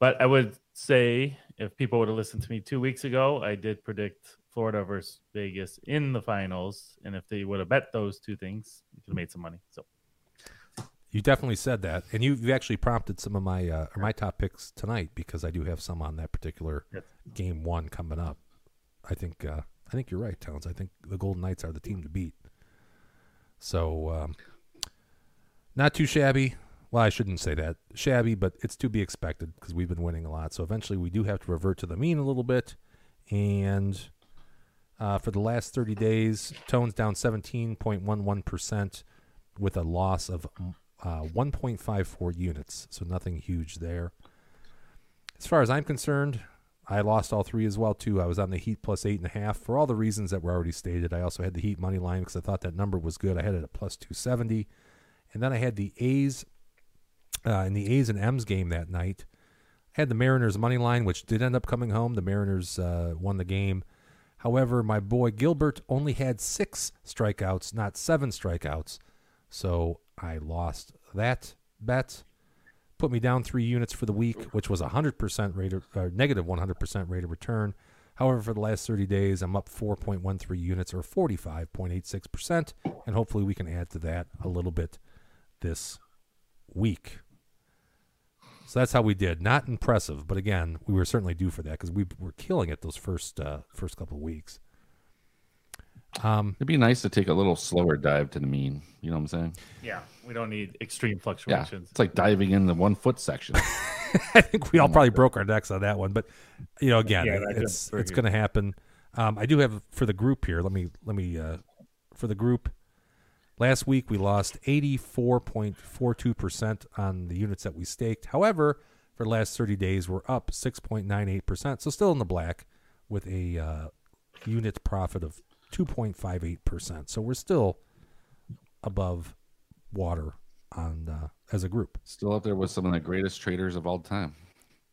but I would say if people would have listened to me two weeks ago, I did predict Florida versus Vegas in the finals, and if they would have bet those two things, you could have made some money. So
you definitely said that, and you you actually prompted some of my uh, or my top picks tonight because I do have some on that particular
Yes.
game one coming up. I think uh, I think you're right, Towns. I think the Golden Knights are the team to beat. So um, not too shabby. Well, I shouldn't say that shabby, but it's to be expected because we've been winning a lot. So eventually, we do have to revert to the mean a little bit, and uh, for the last 30 days. Tones down 17.11% with a loss of uh, 1.54 units, so nothing huge there. As far as I'm concerned, I lost all three as well too. I was on the Heat plus eight and a half for all the reasons that were already stated. I also had the Heat money line because I thought that number was good. I had it at plus 270, and then I had the A's uh, in the A's and M's game that night. I had the Mariners money line, which did end up coming home. The Mariners uh, won the game. However, my boy Gilbert only had six strikeouts, not seven strikeouts. So I lost that bet. Put me down three units for the week, which was a 100% rate of, or negative 100% rate of return. However, for the last 30 days, I'm up 4.13 units or 45.86%. And hopefully we can add to that a little bit this week. So that's how we did. Not impressive, but again, we were certainly due for that because we were killing it those first uh, first couple of weeks. Um,
It'd be nice to take a little slower dive to the mean. You know what I'm saying?
yeah, we don't need extreme
Yeah.
fluctuations.
It's like diving in the one foot section.
I think we all probably broke our necks on that one, but you know, again,
Yeah,
it-
that
it's
jump's pretty
it's going to happen. Um, I do have for the group here. Let me let me uh, for the group. Last week we lost 84.42% on the units that we staked. However, for the last 30 days we're up 6.98%, so still in the black with a uh, unit profit of 2.58%. So we're still above water on uh, as a group.
Still up there with some of the greatest traders of all time.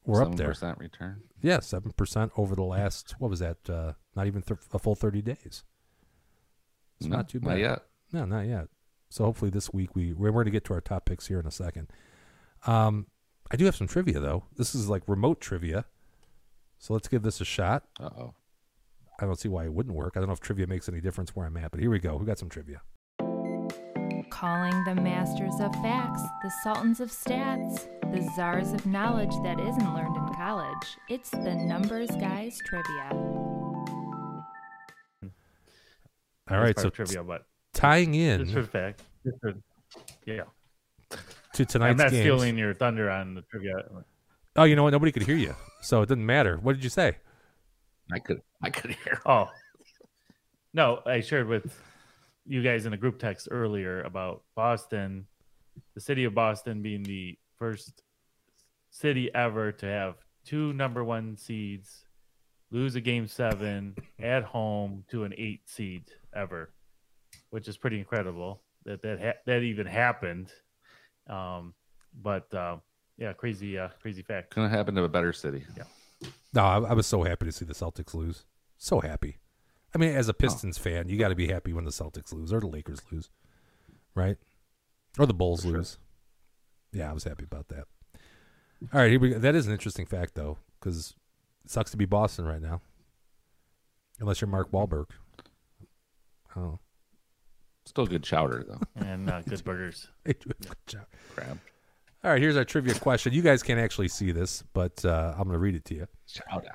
We're up there.
percent return.
Yeah, seven percent over the last what was that? Uh, not even th- a full thirty days. It's
No,
not too bad.
yet.
No, not yet. So hopefully this week we we're going to get to our top picks here in a second. Um, I do have some trivia though. This is like remote trivia, so let's give this a shot.
Uh oh.
I don't see why it wouldn't work. I don't know if trivia makes any difference where I'm at, but here we go. We got some trivia.
Calling the masters of facts, the sultans of stats, the czars of knowledge that isn't learned in college. It's the Numbers Guys Trivia.
All
That's
right,
part
so
of trivia, but
tying
just for
in
the fact, just for, yeah.
to
I'm
tonight's
not
games.
stealing your thunder on the trivia.
Oh, you know what? Nobody could hear you, so it doesn't matter. What did you say?
I could I could hear.
Oh, no, I shared with you guys in a group text earlier about Boston, the city of Boston being the first city ever to have two number one seeds lose a game seven at home to an eight seed ever, which is pretty incredible that that ha- that even happened. Um, but um, yeah, crazy, uh, crazy fact.
Couldn't happen to a better city.
No, Oh, I, I was so happy to see the Celtics lose. So happy. I mean, as a Pistons fan, you got to be happy when the Celtics lose or the Lakers lose, right? Or the Bulls lose. Yeah, I was happy about that. All right, here we go. That is an interesting fact, though, because it sucks to be Boston right now, unless you're Mark Wahlberg. Oh,
Still good chowder though.
and uh, good burgers.
they do a good job.
Crab.
All right, here's our trivia question. You guys can't actually see this, but uh, I'm going to read it to you.
Chowder.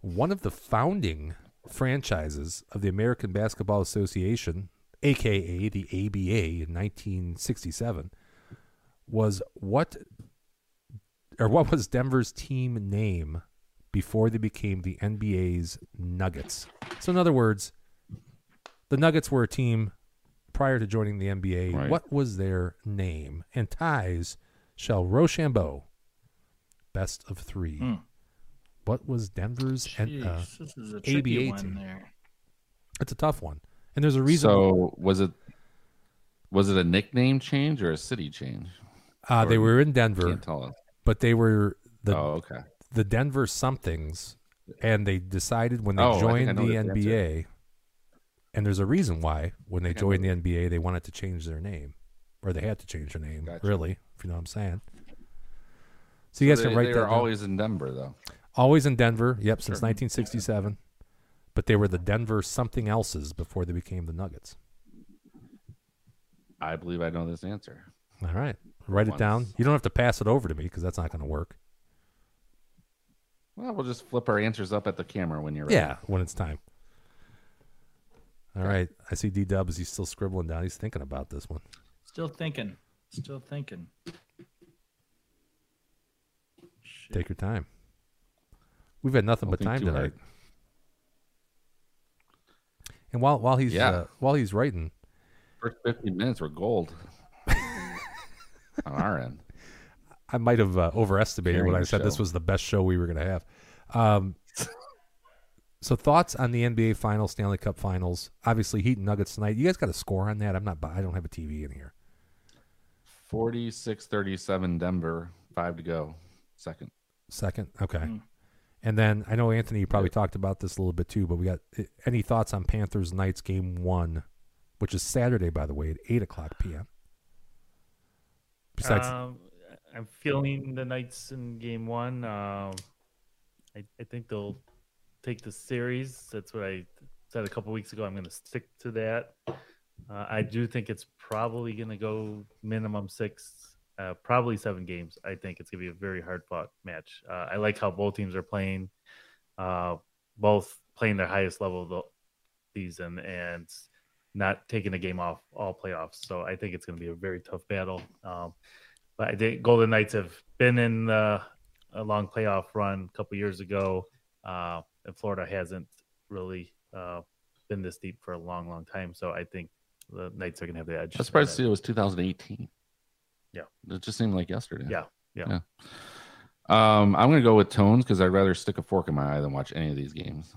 one of the founding franchises of the American Basketball Association, aka the ABA, in 1967, was what or what was Denver's team name before they became the NBA's Nuggets? So, in other words, the Nuggets were a team prior to joining the NBA.
Right.
What was their name? And ties shall Rochambeau, best of three.
Hmm.
What was Denver's and, uh,
Jeez, this is a tricky
ABA
one
team.
there.
It's a tough one, and there's a reason.
So was it was it a nickname change or a city change?
uh, they were in Denver,
Can't tell us.
but they were the
oh, okay.
the Denver somethings, and they decided when they
Oh, I think I
joined
know
the
this answer.
NBA. And there's a reason why when they
think I
joined the
know
NBA, they wanted to change their name, or they had to change their name,
Gotcha.
really, if you know what I'm saying. So you guys
they,
can write
they
that.
were
down.
always in Denver though.
Always in Denver. Yep, since 1967. But they were the Denver something else's before they became the Nuggets.
I believe I know this answer.
All right, write it
Once.
down. You don't have to pass it over to me because that's not going to work.
Well, we'll just flip our answers up at the camera when you're ready.
Yeah, when it's time. All right. I see D Dubs. He's still scribbling down. He's thinking about this one.
Still thinking. Still thinking.
Take your time. We've had nothing
Don't
but
think
time
too
tonight.
hard.
And while while he's
Yeah.
uh, while he's writing,
First 15 minutes were gold. On our end.
I might have uh, overestimated
Carrying
when I
the
said this
show.
was the best show we were going to have. Um, so thoughts on the NBA Finals, Stanley Cup Finals? Obviously, Heat and Nuggets tonight. You guys got a score on that? I'm not. bu- I don't have a TV in here.
46 37 Denver. Five to go. Second.
second. Okay.
Hmm.
And then I know Anthony, you probably talked about this a little bit too, but we got i- any thoughts on Panthers Knights game one, which is Saturday, by the way, at eight o'clock p.m. Besides,
Um, I'm feeling the Knights in game one. Um, I, I think they'll take the series. That's what I said a couple weeks ago. I'm going to stick to that. Uh, I do think it's probably going to go minimum six, uh, probably seven games. I think it's going to be a very hard fought match. Uh, I like how both teams are playing, uh, both playing their highest level of the season and not taking a game off all playoffs. So I think it's going to be a very tough battle. Um, but I think Golden Knights have been in uh, a long playoff run a couple years ago, uh, and Florida hasn't really uh, been this deep for a long, long time. So I think the Knights are going to have the edge. Uh,
I was surprised to see it was 2018.
Yeah.
It just seemed like yesterday.
Yeah, yeah.
Um, I'm going to go with tones because I'd rather stick a fork in my eye than watch any of these games.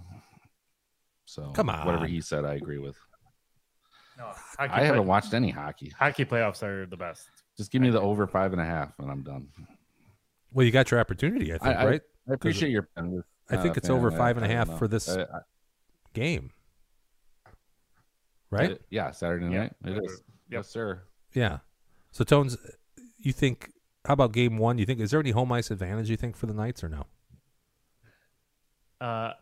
So
Come
whatever
on.
he said, I agree with.
No, hockey
I haven't
play-
watched any hockey.
Hockey playoffs are the best.
Just give me the over five and a half, and I'm done.
well, you got your opportunity, I think,
I-
right?
I appreciate your. I'm just
I
not
think
a
it's over
I-
five and a
I don't
half
know.
for this-
I- I-
Game, right?
it- yeah, Saturday
Yeah.
night. It is.
Yep.
Yes, sir.
yeah. So Tones, you think? How about game one? You think is there any home ice advantage? You think for the Knights or no?
Uh,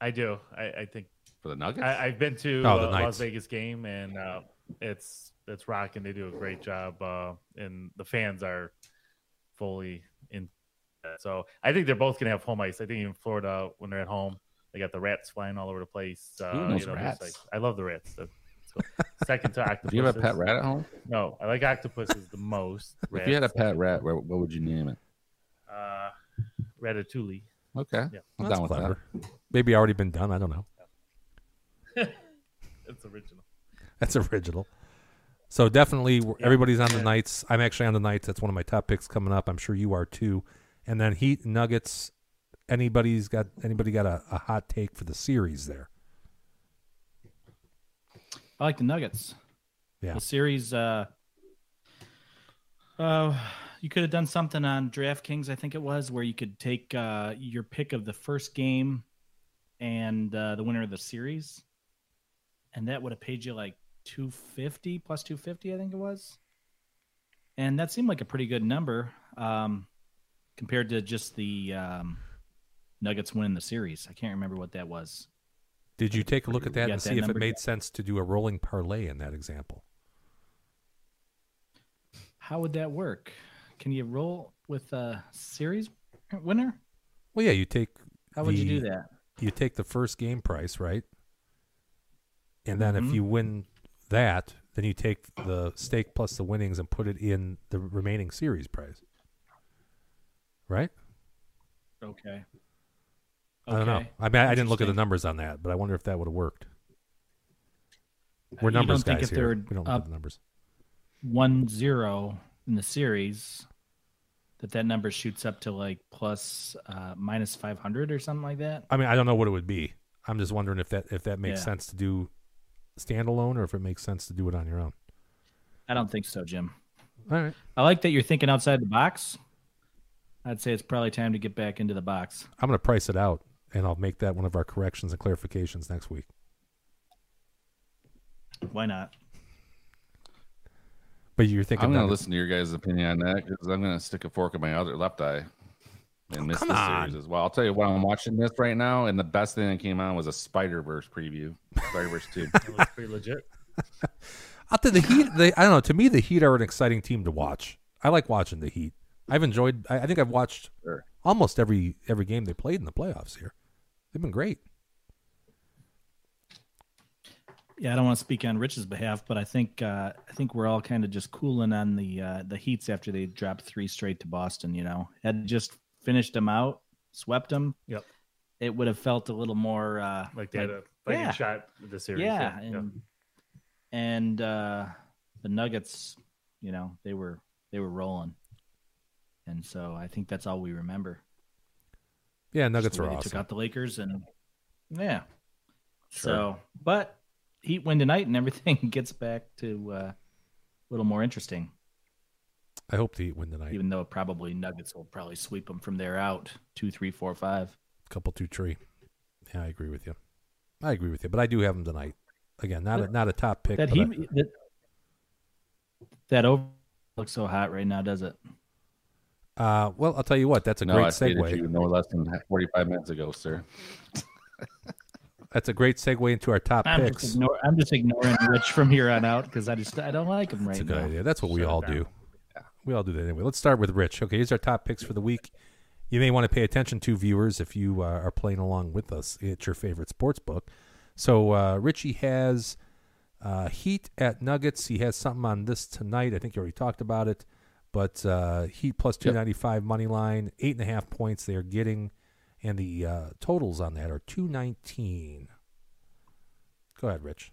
I do. I, I think
For the Nuggets.
I, I've been to
Oh, the
uh,
Knights.
Las Vegas game, and uh, it's it's rocking. They do a great job, uh, and the fans are fully in. that. So I think they're both gonna have home ice. I think in Florida when they're at home, they got the rats flying all over the place. Uh,
knows
you know,
rats?
there's Like, I love the rats. That's cool. Second to octopuses.
Do you have a pet rat at home?
No, I like octopuses the most.
If you had a
Rats.
pet rat, wha- what would you name it?
uh, ratatouille.
Okay,
Yeah.
I'm
That's
down with
clever. Maybe already been done. I don't know.
It's original.
That's original. So definitely, we're-
Yeah.
everybody's on the
Yeah.
Knights. I'm actually on the Knights. That's one of my top picks coming up. I'm sure you are too. And then Heat Nuggets. Anybody's got anybody got a, a hot take for the series there?
I like the Nuggets.
Yeah.
The series uh uh you could have done something on DraftKings, I think it was, where you could take uh, your pick of the first game and uh, the winner of the series, and that would have paid you like two fifty plus two fifty, I think it was, and that seemed like a pretty good number um, compared to just the um, Nuggets winning the series. I can't remember what that was.
Did you take a look at that
Yeah,
and
that
see if it
number-
made sense to do a rolling parlay in that example?
How would that work? Can you roll with a series winner?
Well, yeah, you take.
How would you do
the-
that?
You take the first game price, right? And then if
Mhm.
you win that, then you take the stake plus the winnings and put it in the remaining series price. Right?
Okay.
I don't know.
Okay.
I mean, I, I didn't look at the
Interesting.
numbers on that, but I wonder if that would have worked. We're
Uh, You don't
numbers
think
guys
if
here.
they're
We don't look
up-
at the numbers.
one zero in the series that that number shoots up to like plus uh minus 500 or something like that
I mean, I don't know what it would be. I'm just wondering if that if that makes
Yeah.
sense to do standalone or if it makes sense to do it on your own.
i don't think so jim
All right.
i like that you're thinking outside the box i'd say it's probably time to get back into the box
I'm going to price it out, and I'll make that one of our corrections and clarifications next week.
why not
But you're thinking,
I'm going to
Nuggets.
listen to your guys' opinion on that because I'm going to stick a fork in my other left eye and miss
Oh, come
this
on.
series as well. I'll tell you what, I'm watching this right now, and the best thing that came on was a Spider Verse preview. Spider Verse 2.
It looks pretty legit.
Out to the Heat, they, I don't know. To me, the Heat are an exciting team to watch. I like watching the Heat. I've enjoyed. I, I think I've watched
Sure.
almost every every game they played in the playoffs here. They've been great.
yeah i don't want to speak on rich's behalf but i think uh i think we're all kind of just cooling on the uh the heats after they dropped three straight to boston you know had just finished them out swept them
Yep.
it would have felt a little more uh
Like they had a fighting
yeah.
shot at the series.
yeah, and and uh, the Nuggets, you know, they were they were rolling, and so I think that's all we remember.
Yeah,
Just
Nuggets
the way
are
They took
awesome.
out the Lakers, and yeah,
Sure.
so but Heat win tonight, and everything gets back to uh, a little more interesting.
I hope the Heat win tonight.
Even though probably Nuggets will probably sweep them from there out two, three, four, five.
Couple two tree. Yeah, I agree with you. I agree with you. But I do have them tonight. Again, not a, not a top pick.
That
but
he
I-
that, that over looks so hot right now, does it?
uh, well, I'll tell you what. That's a
no,
great
I stated
segue.
you no less than 45 minutes ago, sir.
That's a great segue into our top
I'm
picks.
just, ignore, I'm just ignoring Rich from here on out because I just I don't like him right
That's a good
now.
idea. That's what we
Shut it
all
down.
do. We all do that anyway. Let's start with Rich. Okay, here's our top picks for the week. You may want to pay attention to viewers if you uh, are playing along with us at your favorite sports book. So uh, Richie has uh, Heat at Nuggets. He has something on this tonight. I think you already talked about it, but uh, Heat plus two ninety five money line, eight and a half points they are getting, and the uh, totals on that are two nineteen. Go ahead, Rich.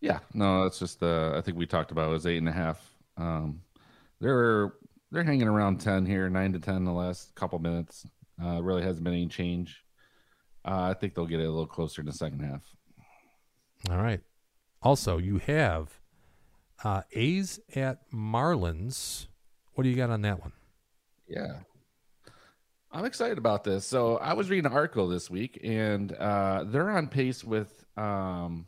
Yeah, no, that's just the. I think we talked about it was eight and a half. Um, they're they're hanging around ten here, nine to ten the last couple minutes. Uh, really hasn't been any change. Uh, I think they'll get it a little closer in the second half.
All right. Also, you have uh, A's at Marlins. What do you got on that one?
Yeah. I'm excited about this. So I was reading an article this week, and uh, they're on pace with um,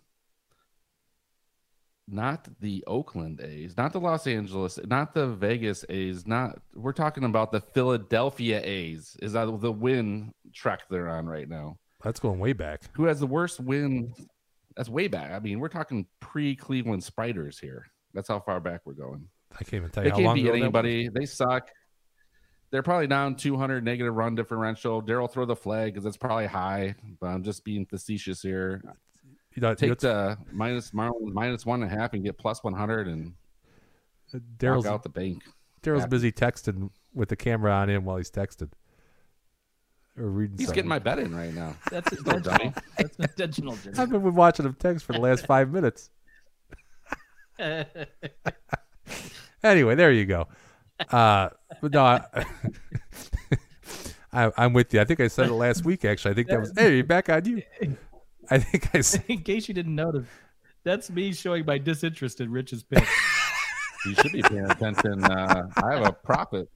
not the Oakland A's, not the Los Angeles, not the Vegas A's, not we're talking about the Philadelphia A's. Is that the win track they're on right now?
That's going way back.
Who has the worst win? That's way back. I mean, we're talking pre-Cleveland Spiders here. That's how far back we're going
I can't even tell
they
you how
can't
long
beat
ago that
anybody. They suck. They're probably down 200 negative run differential. Daryl throw the flag because it's probably high, but I'm just being facetious here.
was. You know,
Take
it's-
the minus Marlins minus one and a half and get plus 100 and knock
Daryl's
out the bank.
Daryl's busy texting with the camera on him while he's texted or reading.
He's
something.
getting my bet in right now.
That's
No dummy.
intentional. That's intentional. Jimmy.
I've been watching him text for the last five minutes. Anyway, there you go. Uh, but no, I, I, I'm with you. I think I said it last week. Actually, I think that was hey back on you. I think I s-
In case you didn't notice, that's me showing my disinterest in Rich's pick.
You should be paying attention. Uh, I have a profit.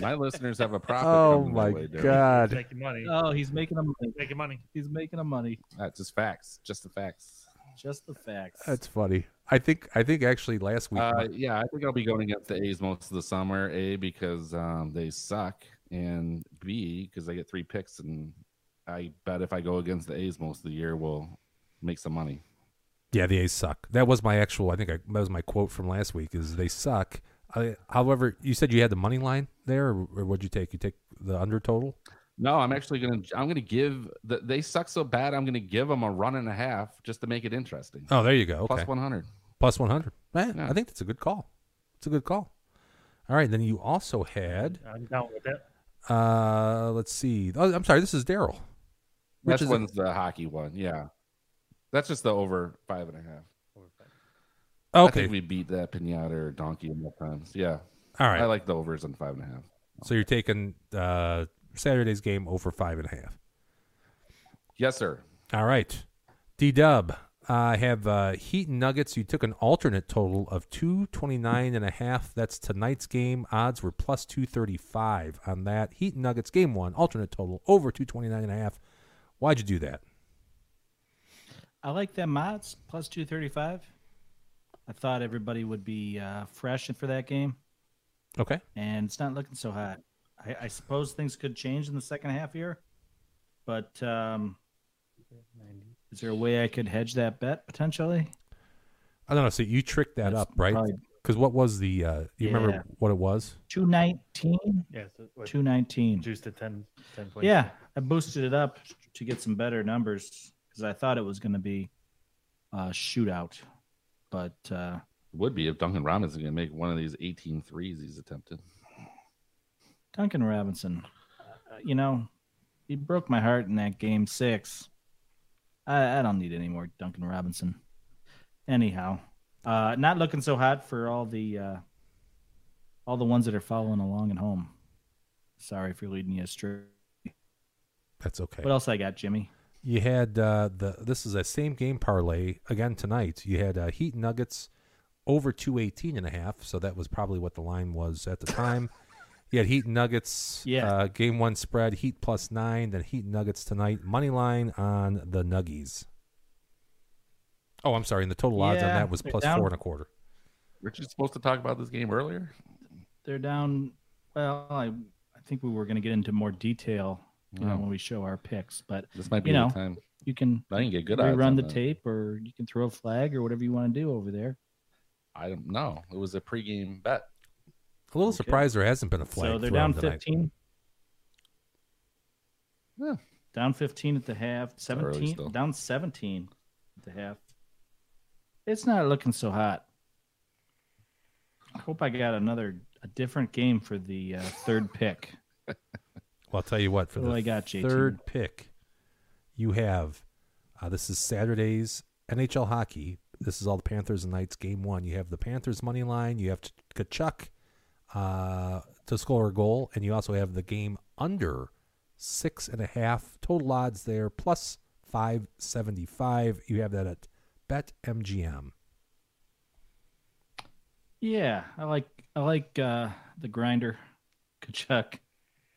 My listeners have a profit.
Oh
coming their
my
way, dude.
god.
Making money.
Oh, he's making them. money.
Making money.
He's making them money.
That's just facts. Just the facts.
Just the facts.
That's funny. I think I think actually last week
Uh, yeah, I think I'll be going against the A's most of the summer. A because um, they suck, and B because I get three picks, and I bet if I go against the A's most of the year, we'll make some money.
Yeah, the A's suck. That was my actual. I think I, that was my quote from last week. Is they suck. I, however, you said you had the money line there, or, or what'd you take? You take the under total.
No, I'm actually gonna. I'm gonna give. The, they suck so bad. I'm gonna give them a run and a half just to make it interesting.
Oh, there you go. Okay,
Plus 100.
plus one hundred. Man,
Yeah.
I think that's a good call. It's a good call. All right, then you also had.
I'm down with that.
Uh, let's see. Oh, I'm sorry. This is Daryl. Which
Which
is a-
one's the hockey one? Yeah, that's just the over five and a half. I
Okay.
think we beat that pinata or donkey enough times. Yeah,
All right.
I like the overs on five and a half.
so you're taking uh, Saturday's game over five and a half.
Yes, sir.
All right. D Dub, I have uh, Heat and Nuggets. You took an alternate total of 229 and a half. That's tonight's game. Odds were plus 235 on that. Heat and Nuggets game one, alternate total over 229 and a half. Why'd you do that?
I like them odds plus two thirty five. I thought everybody would be uh, fresh for that game,
Okay.
and it's not looking so hot. I, I suppose things could change in the second half here, but um, is there a way I could hedge that bet potentially?
I don't know. So you tricked that
That's
up, right?
probably-
Because what was the, uh, you
Yeah.
remember what it was?
Two nineteen.
Yeah, so what,
Two nineteen.
juice to 10, 10 points.
Yeah, I boosted it up to get some better numbers because I thought it was going to be a shootout, but uh,
Would be if Duncan Robinson can make one of these 18 threes he's attempted.
Duncan Robinson, uh, you know, he broke my heart in that game six. I, I don't need any more Duncan Robinson. Anyhow, uh, not looking so hot for all the uh, all the ones that are following along at home. Sorry for leading you astray.
That's okay.
What else I got, Jimmy?
You had uh, the this is a same game parlay again tonight. You had uh, Heat and Nuggets over 218 and a half, so that was probably what the line was at the time. you had Heat and Nuggets
Yeah.
uh, game 1 spread, Heat plus 9, then Heat and Nuggets tonight money line on the Nuggies. Oh, I'm sorry, and the total odds on
Yeah,
that was
they're
plus
down.
four and a quarter.
Weren't you supposed to talk about this game earlier?
They're down. Well, I I think we were going to get into more detail you know,
Oh.
when we show our picks, but
This might be
You
the
know,
time.
you can
I didn't get good odds on
rerun the
that.
tape, or you can throw a flag, or whatever you want to do over there.
I don't know. It was a pregame bet.
A little
Okay.
surprised there hasn't been a flag.
so they're
thrown
down
tonight.
15
Yeah.
down 15 at the half
early
17
still.
down 17 at the half it's not looking so hot i hope i got another a different game for the uh, third pick
Well, I'll tell you what. For
What do
the
I got, JT?
third pick, you have uh, this is Saturday's NHL hockey. This is all the Panthers and Knights game one. You have the Panthers money line. You have T- Kachuk uh, to score a goal, and you also have the game under six and a half total odds there plus five seventy five. You have that at E Bet MGM.
yeah i like i like uh, the grinder Kachuk.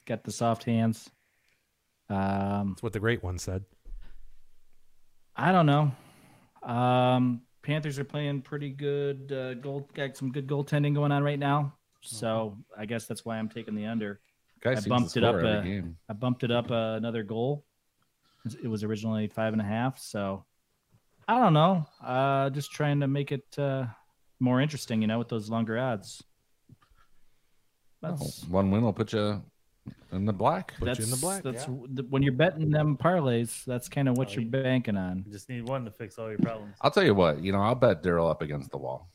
got the soft hands um
That's what the great one said.
I don't know. Um, Panthers are playing pretty good. Uh, goal got some good goaltending going on right now, so I guess that's why I'm taking the under.
Guy
I
seems to
bumped it up,
score every
uh,
game.
I bumped it up uh, another goal. It was originally five and a half, so I don't know. Uh, just trying to make it uh, more interesting, you know, with those longer odds. That's
Oh, one win will put you in the black.
Put
that's
you in the black.
that's th- when you're betting them parlays. That's kind of what
Oh,
you're
yeah.
banking on.
You just need one to fix all your problems.
I'll tell you what. You know, I'll bet Daryl up against the wall.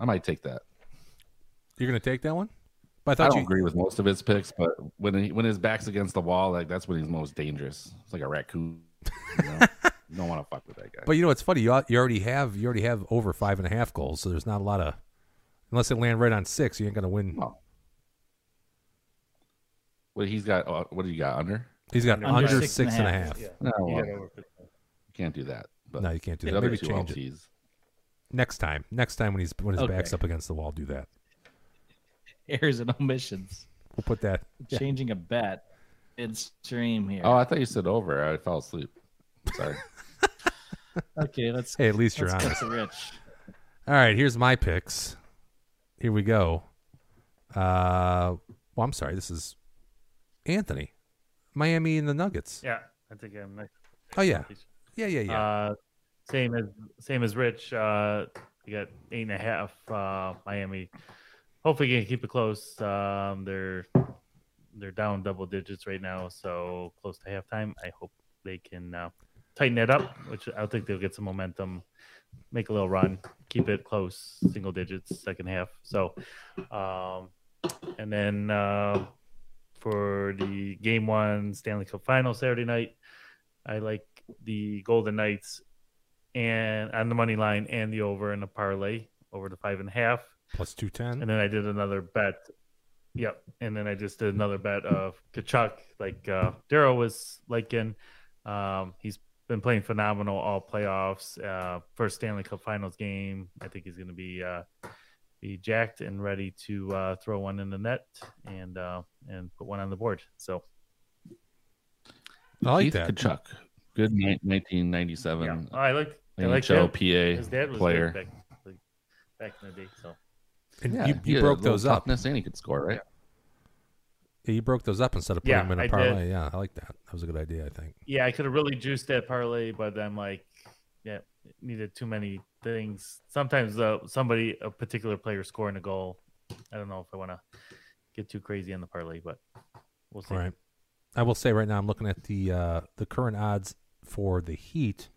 I might take that.
You're gonna take that one? But I
I
thought
don't
you
agree with most of his picks, but when he, when his back's against the wall, like that's when he's most dangerous. It's like a raccoon. You know? You don't want to fuck with that guy.
But you know what's funny? You, al- you already have you already have over five and a half goals, so there's not a lot of unless they land right on six, you ain't gonna win.
Well, what he's got? uh, What do you got under?
He's got
Under
under
six
six and a half.
Yeah.
No,
You
well,
got over 50.
can't do that. But
No, you can't do
the
that.
other
Maybe
two I'll
change it.
tease.
Next time, next time when he's when his back's
Okay.
up against the wall, do that.
Errors and omissions.
We'll put that. Yeah.
Changing a bet in stream here.
Oh, I thought you said over. I fell asleep. Sorry.
okay, let's
Hey, at least you're
let's
honest.
go to Rich.
All right, here's my picks. Here we go. Uh, well, I'm sorry. This is Anthony, Miami and the Nuggets.
Yeah, I think I'm next.
Oh yeah, yeah, yeah, yeah.
Uh, same as same as Rich. Uh, you got eight and a half. Uh, Miami. Hopefully, can keep it close. Um, they're they're down double digits right now, so close to halftime. I hope they can uh, tighten that up, which I think they'll get some momentum, make a little run, keep it close, single digits, second half. So, um, and then uh, for the game one Stanley Cup final Saturday night, I like the Golden Knights and on the money line and the over in the parlay over the five and a half.
Plus two ten.
And then I did another bet. Yep. And then I just did another bet of Kachuk, like uh, Daryl was liking. Um, he's been playing phenomenal all playoffs. Uh, first Stanley Cup Finals game. I think he's going to be uh, be jacked and ready to uh, throw one in the net and uh, and put one on the board. So
I like
Keith
that.
Kachuk. Good night, 1997
yeah, I like I like that. His dad
NHLPA
was
player.
good back, like, back in the day. So
And
Yeah,
you,
he
you
had a
broke
little
those up.
Toughness and he could score, right?
Yeah, you broke those up instead of putting
Yeah,
them in a
I did.
parlay. Yeah, I like that. That was a good idea. I think.
yeah, I could have really juiced that parlay, but I'm like, yeah, it needed too many things. Sometimes uh, somebody, a particular player, scoring a goal. I don't know if I want to get too crazy on the parlay, but we'll see.
All right. I will say right now, I'm looking at the uh, the current odds for the Heat.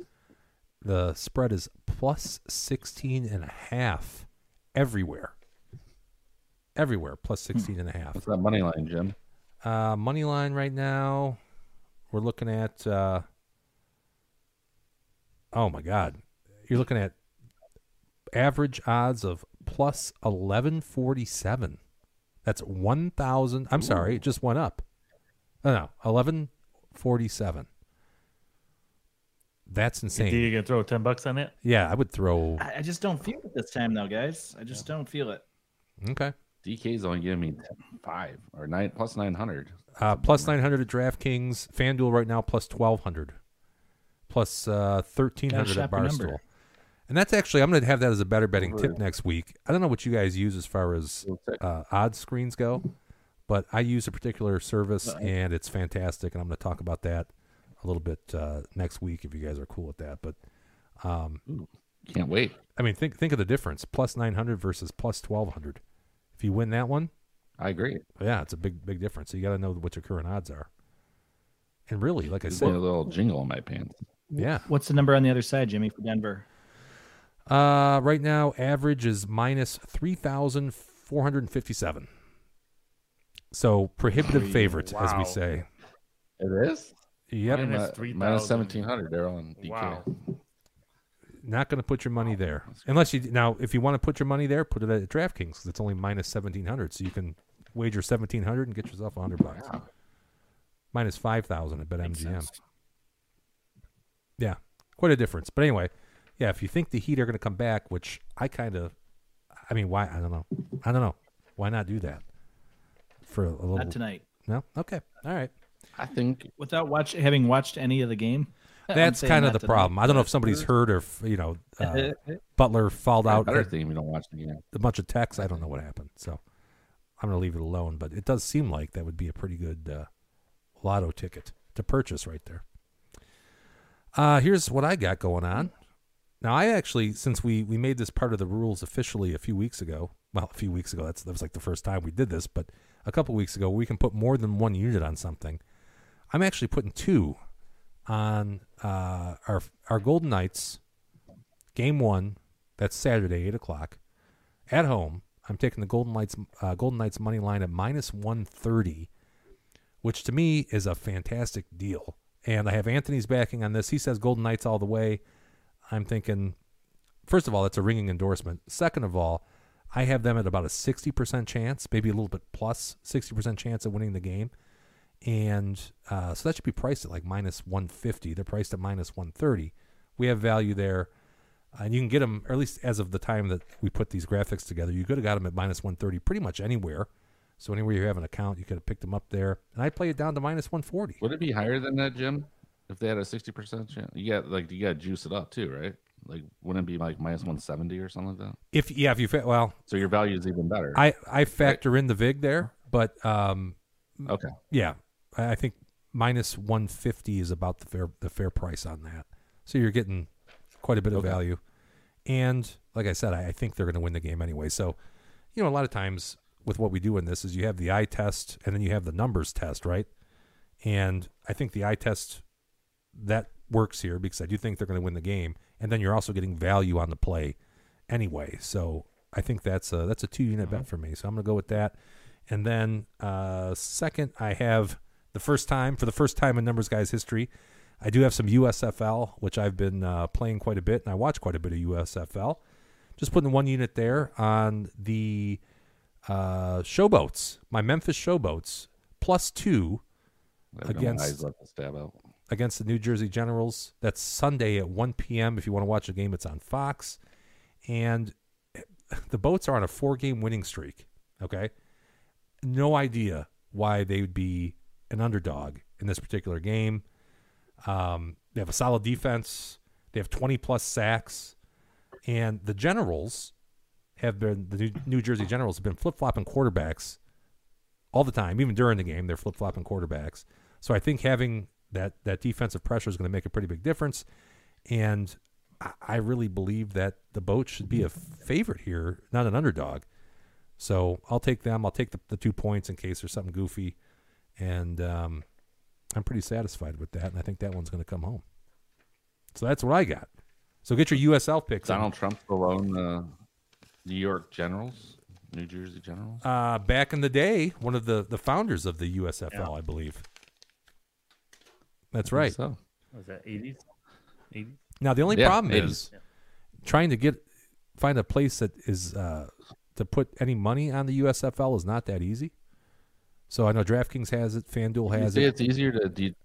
The spread is plus 16 and a half everywhere. Everywhere, plus 16 and a half.
What's that money line, Jim?
Uh, money line right now, we're looking at. Uh, oh my God, you're looking at average odds of plus eleven forty seven. That's one thousand. I'm sorry, it just went up. No, no, eleven forty seven. That's
Do
insane.
you gonna throw ten bucks on it?
Yeah, I would throw.
I, I just don't feel it this time though, guys. I just don't feel it.
Okay,
DK's only giving me 10, five or nine plus 900.
uh, plus nine hundred at DraftKings. FanDuel right now plus twelve hundred, plus uh, thirteen hundred at
shop your number.
Barstool. And that's actually, I'm going to have that as a better betting tip next week. I don't know what you guys use as far as uh, odds screens go, but I use a particular service and it's fantastic. And I'm going to talk about that a little bit uh, next week if you guys are cool with that. But
Can't wait.
I mean, think think of the difference: plus 900 versus plus 1200. If you win that one,
I agree.
yeah, it's a big big difference. So you got to know what your current odds are. And really, like I
Just need a
said,
little jingle in my pants.
yeah.
What's the number on the other side, Jimmy, for Denver?
Uh, right now, average is minus 3,457. So prohibitive favorite, as we
Wow.
say.
It is?
Yep.
Minus
Minus,
3,000.
minus 1700, Daryl and DK.
Wow.
Not going to put your
Oh,
money there. Unless you, now, if you want to put your money there, put it at DraftKings because it's only minus 1,700. So you can wager 1,700 and get yourself 100 bucks. Minus 5,000 at BetMGM. Yeah. Quite a difference. But anyway, yeah, if you think the Heat are going to come back, which I kind of, I mean, why? I don't know. I don't know. Why not do that? For a little
Not tonight.
No. Okay. All right.
I think
Without watch having watched any of the game. I'm
That's
saying
kind of
not
the
tonight.
problem. I don't know if somebody's hurt or if, you know uh, Butler fouled
a
out
better
a,
thing if you don't watch the game.
a bunch of texts. I don't know what happened, so I'm going to leave it alone. But it does seem like that would be a pretty good uh, lotto ticket to purchase right there. Uh, here's what I got going on. Now I actually, since we we made this part of the rules officially a few weeks ago, well, a few weeks ago that's that was like the first time we did this, but a couple weeks ago we can put more than one unit on something. I'm actually putting two on uh, our our Golden Knights game one. That's Saturday, eight o'clock, at home. I'm taking the Golden Knights uh, Golden Knights money line at minus one thirty, which to me is a fantastic deal. And I have Anthony's backing on this. He says Golden Knights all the way. I'm thinking, first of all, that's a ringing endorsement. Second of all, I have them at about a sixty percent chance, maybe a little bit plus sixty percent chance of winning the game and uh, so that should be priced at like minus 150 they're priced at minus 130 we have value there and you can get them, or at least as of the time that we put these graphics together, you could have got them at minus 130 pretty much anywhere. So anywhere you have an account, you could have picked them up there. And I play it down to minus 140.
Would it be higher than that, Jim? If they had a sixty percent chance, you got like you got to juice it up too, right? Like, wouldn't it be like minus one seventy or something like that?
If yeah, if you fa- well,
So your value is even better.
I I factor in the vig there, but um,
okay,
yeah, I I think minus 150 is about the fair the fair price on that. So you're getting quite a bit of
Okay.
value. And like I said, I, I think they're going to win the game anyway. So, you know, a lot of times with what we do in this is you have the eye test and then you have the numbers test, right? And I think the eye test that works here because I do think they're going to win the game, and then you're also getting value on the play anyway. So I think that's a that's a two unit bet for me. So I'm going to go with that. And then uh, second, I have the first time for the first time in Numbers Guys history, I do have some USFL, which I've been uh, playing quite a bit, and I watch quite a bit of USFL. Just putting one unit there on the uh, showboats, my Memphis showboats, plus two
I got my
Against-
eyes left to stab out.
against the New Jersey Generals. That's Sunday at 1 p.m. If you want to watch a game, it's on Fox. And the boats are on a four game winning streak. Okay. No idea why they would be an underdog in this particular game. Um, they have a solid defense, they have 20 plus sacks. And the Generals have been, the New- New Jersey Generals have been flip flopping quarterbacks all the time, even during the game, they're flip flopping quarterbacks. So I think having that that defensive pressure is going to make a pretty big difference. And I, I really believe that the boat should be a favorite here, not an underdog. So I'll take them. I'll take the, the two points in case there's something goofy, and um, I'm pretty satisfied with that. And I think that one's going to come home. So that's what I got. So get your USL picks. in.
Donald Trump alone, the New York Generals, New Jersey Generals.
Uh, back in the day, one of the the founders of the USFL, I believe. That's
I
right.
think So
Was that eighties? Eighties?
Now the only
Yeah,
problem
it
is trying to get find a place that is uh, to put any money on the USFL is not that easy. So I know DraftKings has it, FanDuel
you
has
say
it.
it's easier to de-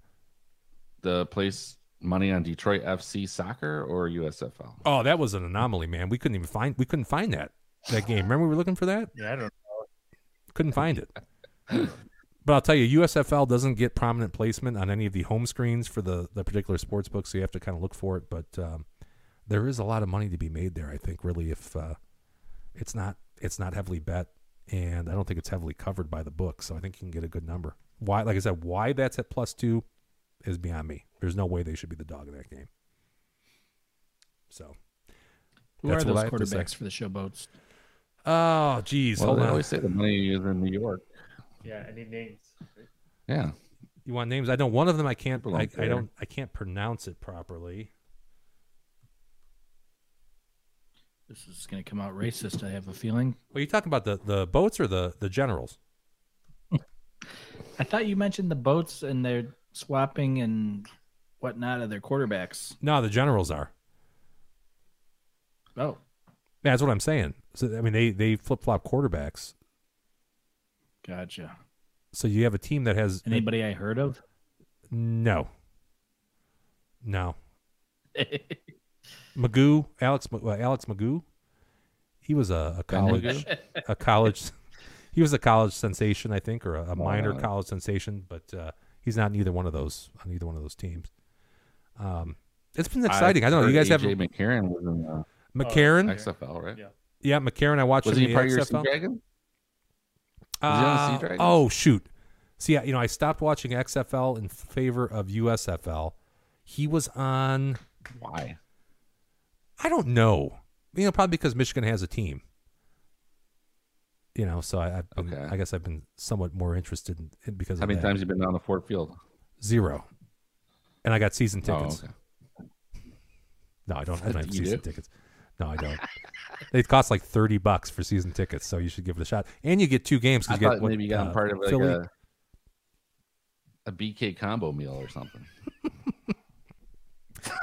the place money on Detroit FC soccer or USFL.
Oh, that was an anomaly, man. We couldn't even find we couldn't find that that game. Remember we were looking for that?
Yeah, I don't.
Couldn't find it. But I'll tell you, USFL doesn't get prominent placement on any of the home screens for the, the particular sports book, so you have to kind of look for it. But um, there is a lot of money to be made there, I think, really, if uh, it's not it's not heavily bet, and I don't think it's heavily covered by the book, so I think you can get a good number. Why, like I said, why that's at plus two is beyond me. There's no way they should be the dog in that game. So,
Who
That's
are
what
those
I have to say.
quarterbacks for the showboats?
oh geez,
Well,
hold
they
on.
always say the money is in New York.
Yeah, any names?
Yeah,
You want names? I don't. One of them I can't. I,
Belong
I
there.
don't. I can't pronounce it properly.
This is going to come out racist, I have a feeling.
Well, you talking about the the boats or the the generals?
I thought you mentioned the boats and their swapping and whatnot of their quarterbacks.
No, the generals are.
Oh,
Yeah, That's what I'm saying. So I mean, they they flip flop quarterbacks.
gotcha.
So you have a team that has
Anybody I heard of?
no, no Magoo Alex Ma- uh, Alex Magoo. He was a, a college a college he was a college sensation, I think, or a, a minor
Wow.
college sensation, but uh, he's not in either one of those on either one of those teams. Um, it's been exciting. I, don't know. You guys have
AJ McCarron was in the
McCarron.
XFL, right?
Yeah.
yeah, McCarron. I watched
Uh, Was
him
he
in
part of
the
your Sea
XFL.
Dragon? Was he on the Sea Dragons?
Oh shoot! See, I, you know, I stopped watching XFL in favor of USFL. He was on.
Why?
I don't know. You know, probably because Michigan has a team. You know, so I, I've been,
Okay.
I guess I've been somewhat more interested in, in- because
How
of
many
that.
times you been down the Fort Field?
zero, and I got season tickets.
Oh, okay.
No, I don't. I don't have
You
season
do?
tickets. No, I don't. they cost like thirty bucks for season tickets, so you should give it a shot. And you get two games. 'cause
I
you
thought
get, what,
maybe you got
uh,
him part of like
Philly-
a a BK combo meal or something.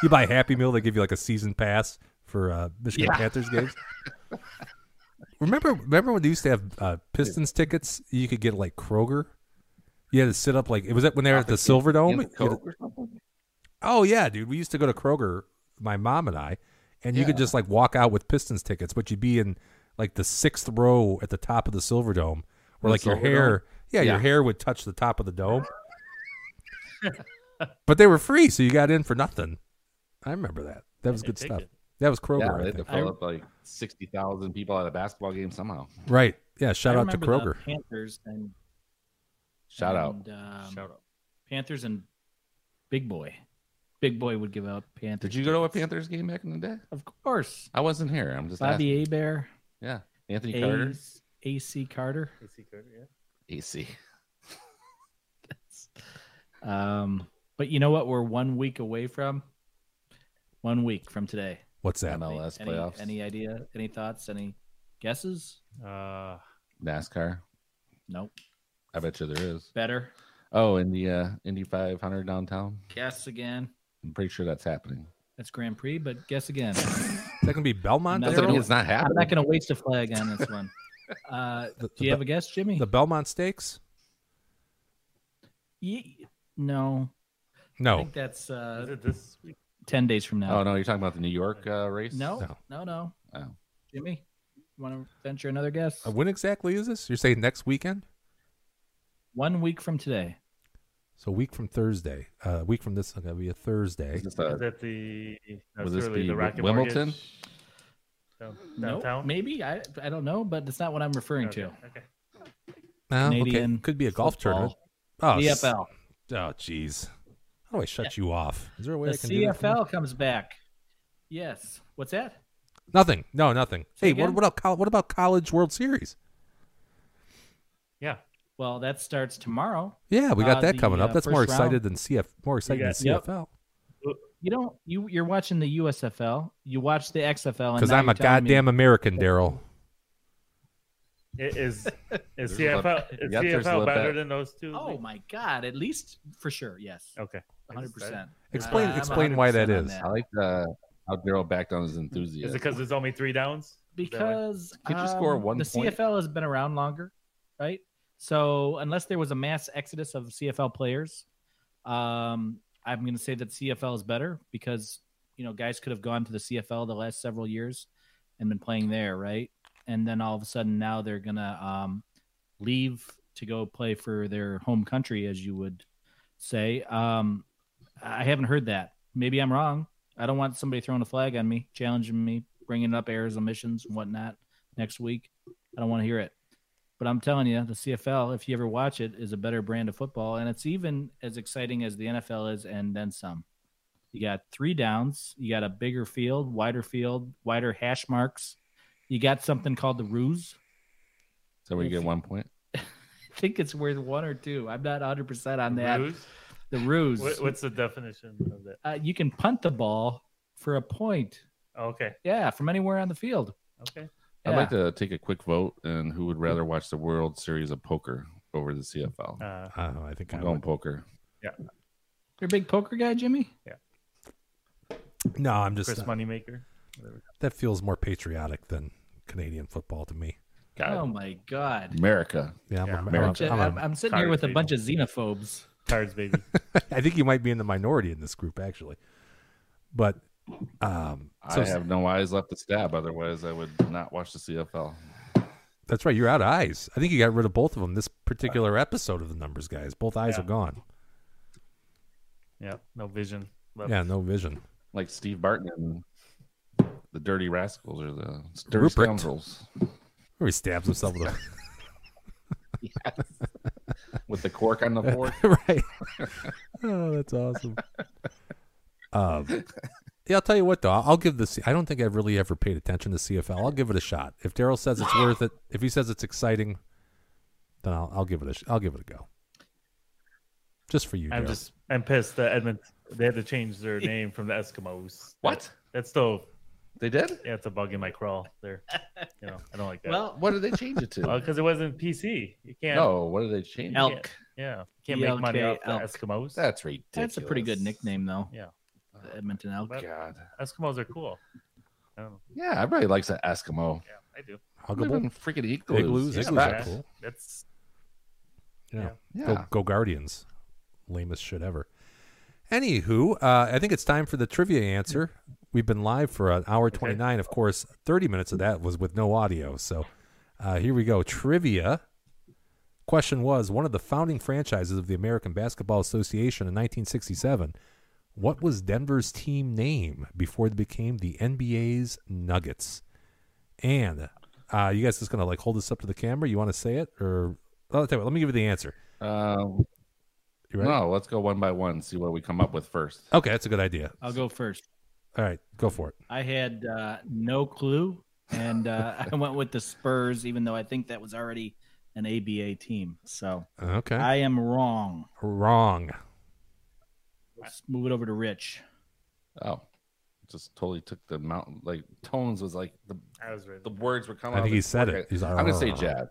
you buy Happy Meal, they give you like a season pass for uh, Michigan Panthers games. remember, remember when they used to have uh, Pistons tickets? You could get like Kroger. You had to sit up like it was that when they were at the Silver Dome.
And
You had to-
Coke or something?
Oh yeah, dude. We used to go to Kroger, my mom and I, and you could just like walk out with Pistons tickets, but you'd be in like the sixth row at the top of the Silver Dome, where
The
like your
Silver
hair,
Dome?
yeah, your
Yeah.
hair would touch the top of the dome. but they were free, so you got in for nothing. I remember that. That was
they
good
take
stuff.
it.
That was Kroger,
Yeah,
I
they had to
think.
fill up like sixty thousand people at a basketball game somehow.
right? Yeah. Shout
I
out to
remember the
Kroger.
Panthers and
Shout out.
and, um,
Shout out.
Panthers and Big Boy. Big Boy would give out Panthers.
Did you go to a
tickets.
Panthers game back in the day?
Of course.
I wasn't here. I'm just asking.
Bobby Abear,
Yeah, Anthony
A-
Carter,
AC Carter.
AC Carter, yeah.
AC.
Um, but you know what? We're one week away from one week from today.
What's that?
uh,
ML. MLS
any,
playoffs.
Any idea? Any thoughts? Any guesses?
Uh,
NASCAR.
Nope.
I bet you there is.
Better
Oh, in the uh, Indy 500 downtown.
guess again.
I'm pretty sure that's happening.
That's Grand Prix, but guess again.
Is that gonna be Belmont?
That's
Doesn't
Daryl?
mean it's not
I'm
happening.
not going to waste a flag on this one. Uh,
The-
do you have a guess, Jimmy?
The Belmont Stakes?
Ye- no. I
No.
think that's
is
uh,
it this week?
ten days from now.
Oh no, you're talking about the New York uh, race.
No,
No.
no, no,
Oh.
Jimmy, you want to venture another guess?
Uh, When exactly is this? You're saying next weekend?
One week from today.
So a week from Thursday. Uh, a week from this is gonna be a Thursday.
Is this
Is
a-
that the no,
Would this
surely
be
the Rocket
Wimbledon?
Mortgage? No,
No,
downtown?
maybe I. I don't know, but that's not what I'm referring
Okay,
to.
okay.
No,
Canadian
Uh, Could be a golf
football.
tournament. Oh, s-
CFL.
Oh, jeez. How do I shut you off? Is there a way
The
I can do that for you?
CFL comes back. Yes. What's that?
Nothing. No, nothing.
Say
hey, what,
again?
what, about, col- what about College World Series?
Yeah.
Well, that starts tomorrow.
Yeah, we got
Uh,
that
the,
coming up.
uh,
That's more
first round.
excited than CF. More excited
got-
than
yep.
CFL.
You don't. You you're watching the USFL. You watch the XFL.
Because
Because
I'm a goddamn American, Daryl.
It is is
There's a
CFL
lot-
is
yeah, there's a
CFL
lot
better
that-
than those two?
Oh
leagues?
my god! At least for sure, yes,
Okay. I
hundred
just-
percent.
Explain- explain why that is.
I like the, how Daryl backed on his
Is it
enthusiasm.
because there's only three downs? Is that why?
because
Could you score
um,
one
the
point?
CFL has been around longer, right? So unless there was a mass exodus of CFL players, um, I'm going to say that CFL is better because you know guys could have gone to the CFL the last several years and been playing there, right? And then all of a sudden now they're going to um, leave to go play for their home country, as you would say. Um, I haven't heard that. Maybe I'm wrong. I don't want somebody throwing a flag on me, challenging me, bringing up errors, omissions, and whatnot next week. I don't want to hear it. But I'm telling you, the CFL, if you ever watch it, is a better brand of football, and it's even as exciting as the NFL is, and then some. You got three downs, you got a bigger field, wider field, wider hash marks. You got something called the ruse.
So we get one point.
I think it's worth one or two. I'm not 100 percent on
The
that.
ruse?
The ruse.
What, what's the definition of that?
Uh, you can punt the ball for a point.
Okay.
Yeah, from anywhere on the field.
Okay.
I'd
Yeah.
like to take a quick vote and who would rather watch the World Series of Poker over the CFL.
Uh,
Oh, I think I
I'm going
would.
poker.
You're a big poker guy, Jimmy.
No, I'm just.
Chris
not-
Moneymaker.
that feels more patriotic than Canadian football to me.
Uh,
God,
Oh my god.
America.
Yeah, I'm,
Yeah,
a- I'm
America.
a,
I'm,
I'm a-
I'm sitting here
sorry,
with a
Peter.
bunch of xenophobes.
Cards, baby.
I think you might be in the minority in this group actually. But um so
I have no eyes left to stab. Otherwise, I would not watch the CFL.
that's right, you're out of eyes. I think you got rid of both of them this particular episode of the numbers guys. Both eyes
Yeah.
are gone.
yeah. No vision. Left.
Yeah, no vision.
Like Steve Barton and the Dirty Rascals or the Dirty
Rupert.
Scoundrels
Or he stabs himself with
with the cork on the fork.
a right. oh, that's awesome. Um Yeah, I'll tell you what though. I'll give this. I don't think I've really ever paid attention to CFL. I'll give it a shot. If Daryl says it's worth it, if he says it's exciting, then I'll, I'll give it a. Sh- I'll give it a go. Just for you,
I'm
Daryl.
just. I'm pissed that Edmund. They had to change their name from the Eskimos.
What?
That's still.
They did?
Yeah, it's a bug in my crawl. There. You know, I don't like that.
Well,
What did they change it to?
because it wasn't PC. You can't.
No, what did they change?
Elk.
elk.
Yeah. Can't make money
ELK,
off the
elk.
Eskimos.
That's ridiculous.
That's a pretty good nickname, though.
Yeah.
The Edmonton elk.
But-
God.
Eskimos are cool. I don't know.
Yeah, everybody likes an Eskimo.
Yeah, I do.
Live
Huggable.
in freaking igloos.
Igloos, igloos are
Yeah.
cool.
That's
Yeah.
Yeah.
Go, go Guardians. Lamest shit ever. Anywho, uh, I think it's time for the trivia answer. We've been live for an hour 29. Of course, 30 minutes of that was with no audio. So uh, here we go. Trivia. Question was one of the founding franchises of the American Basketball Association in 1967. What was Denver's team name before they became the NBA's Nuggets? And uh, you guys just going to like hold this up to the camera? You want to say it? Or I'll tell you what, let me give you the answer.
Um,
You ready?
No, let's go one by one. See what we come up with first.
Okay, that's a good idea.
I'll go first.
All right, go for it.
I had uh, no clue, and uh, I went with the Spurs, even though I think that was already an ABA team. So
Okay.
I am wrong.
Wrong.
Let's move it over to Rich.
Oh, just totally took the mountain. Like tones was like the
I was right.
the words were coming.
I
out of
think he
his
said
forehead.
it. He's like,
I'm gonna say
"Arr."
jazz.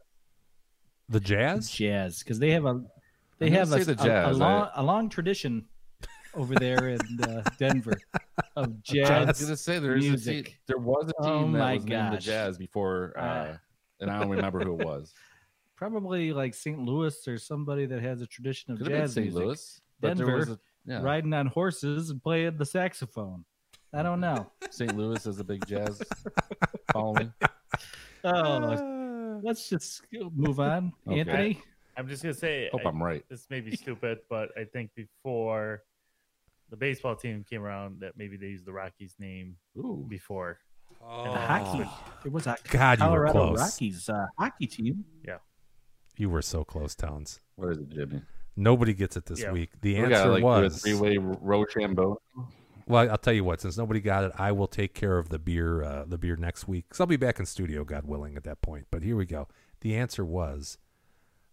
The Jazz?
Jazz, because they have a they
I'm gonna
have a,
say the
a- a
Jazz.
long, a long tradition over there in uh, Denver of
I
jazz.
was gonna say there is a team,
music.
there was a team
Oh
that
my
was named the
gosh.
Jazz before, uh,
Uh.
and I don't remember who it was.
Probably like St. Louis or somebody that has a tradition of
Could have been
jazz
St.
music,
Louis, but there
Denver,
was a, yeah,
riding on horses and playing the saxophone. I don't know.
St. Louis is a big jazz following.
Oh, let's just move on,
Okay.
Anthony.
I'm just gonna say.
Hope
I-
I'm right.
this may be stupid, but I think before the baseball team came around, that maybe they used the Rockies name
Ooh,
before.
Oh.
Hockey. It was a
God, you were
Colorado
close.
Rockies uh, hockey team.
You were so close, Towns.
what is it, Jimmy?
Nobody gets it this
Yeah.
week. The
we
answer
got like
was
three way Rochambeau.
well. I'll tell you what. Since nobody got it, I will take care of the beer. Uh, the beer next week. Cause I'll be back in studio, God willing, at that point. But here we go. The answer was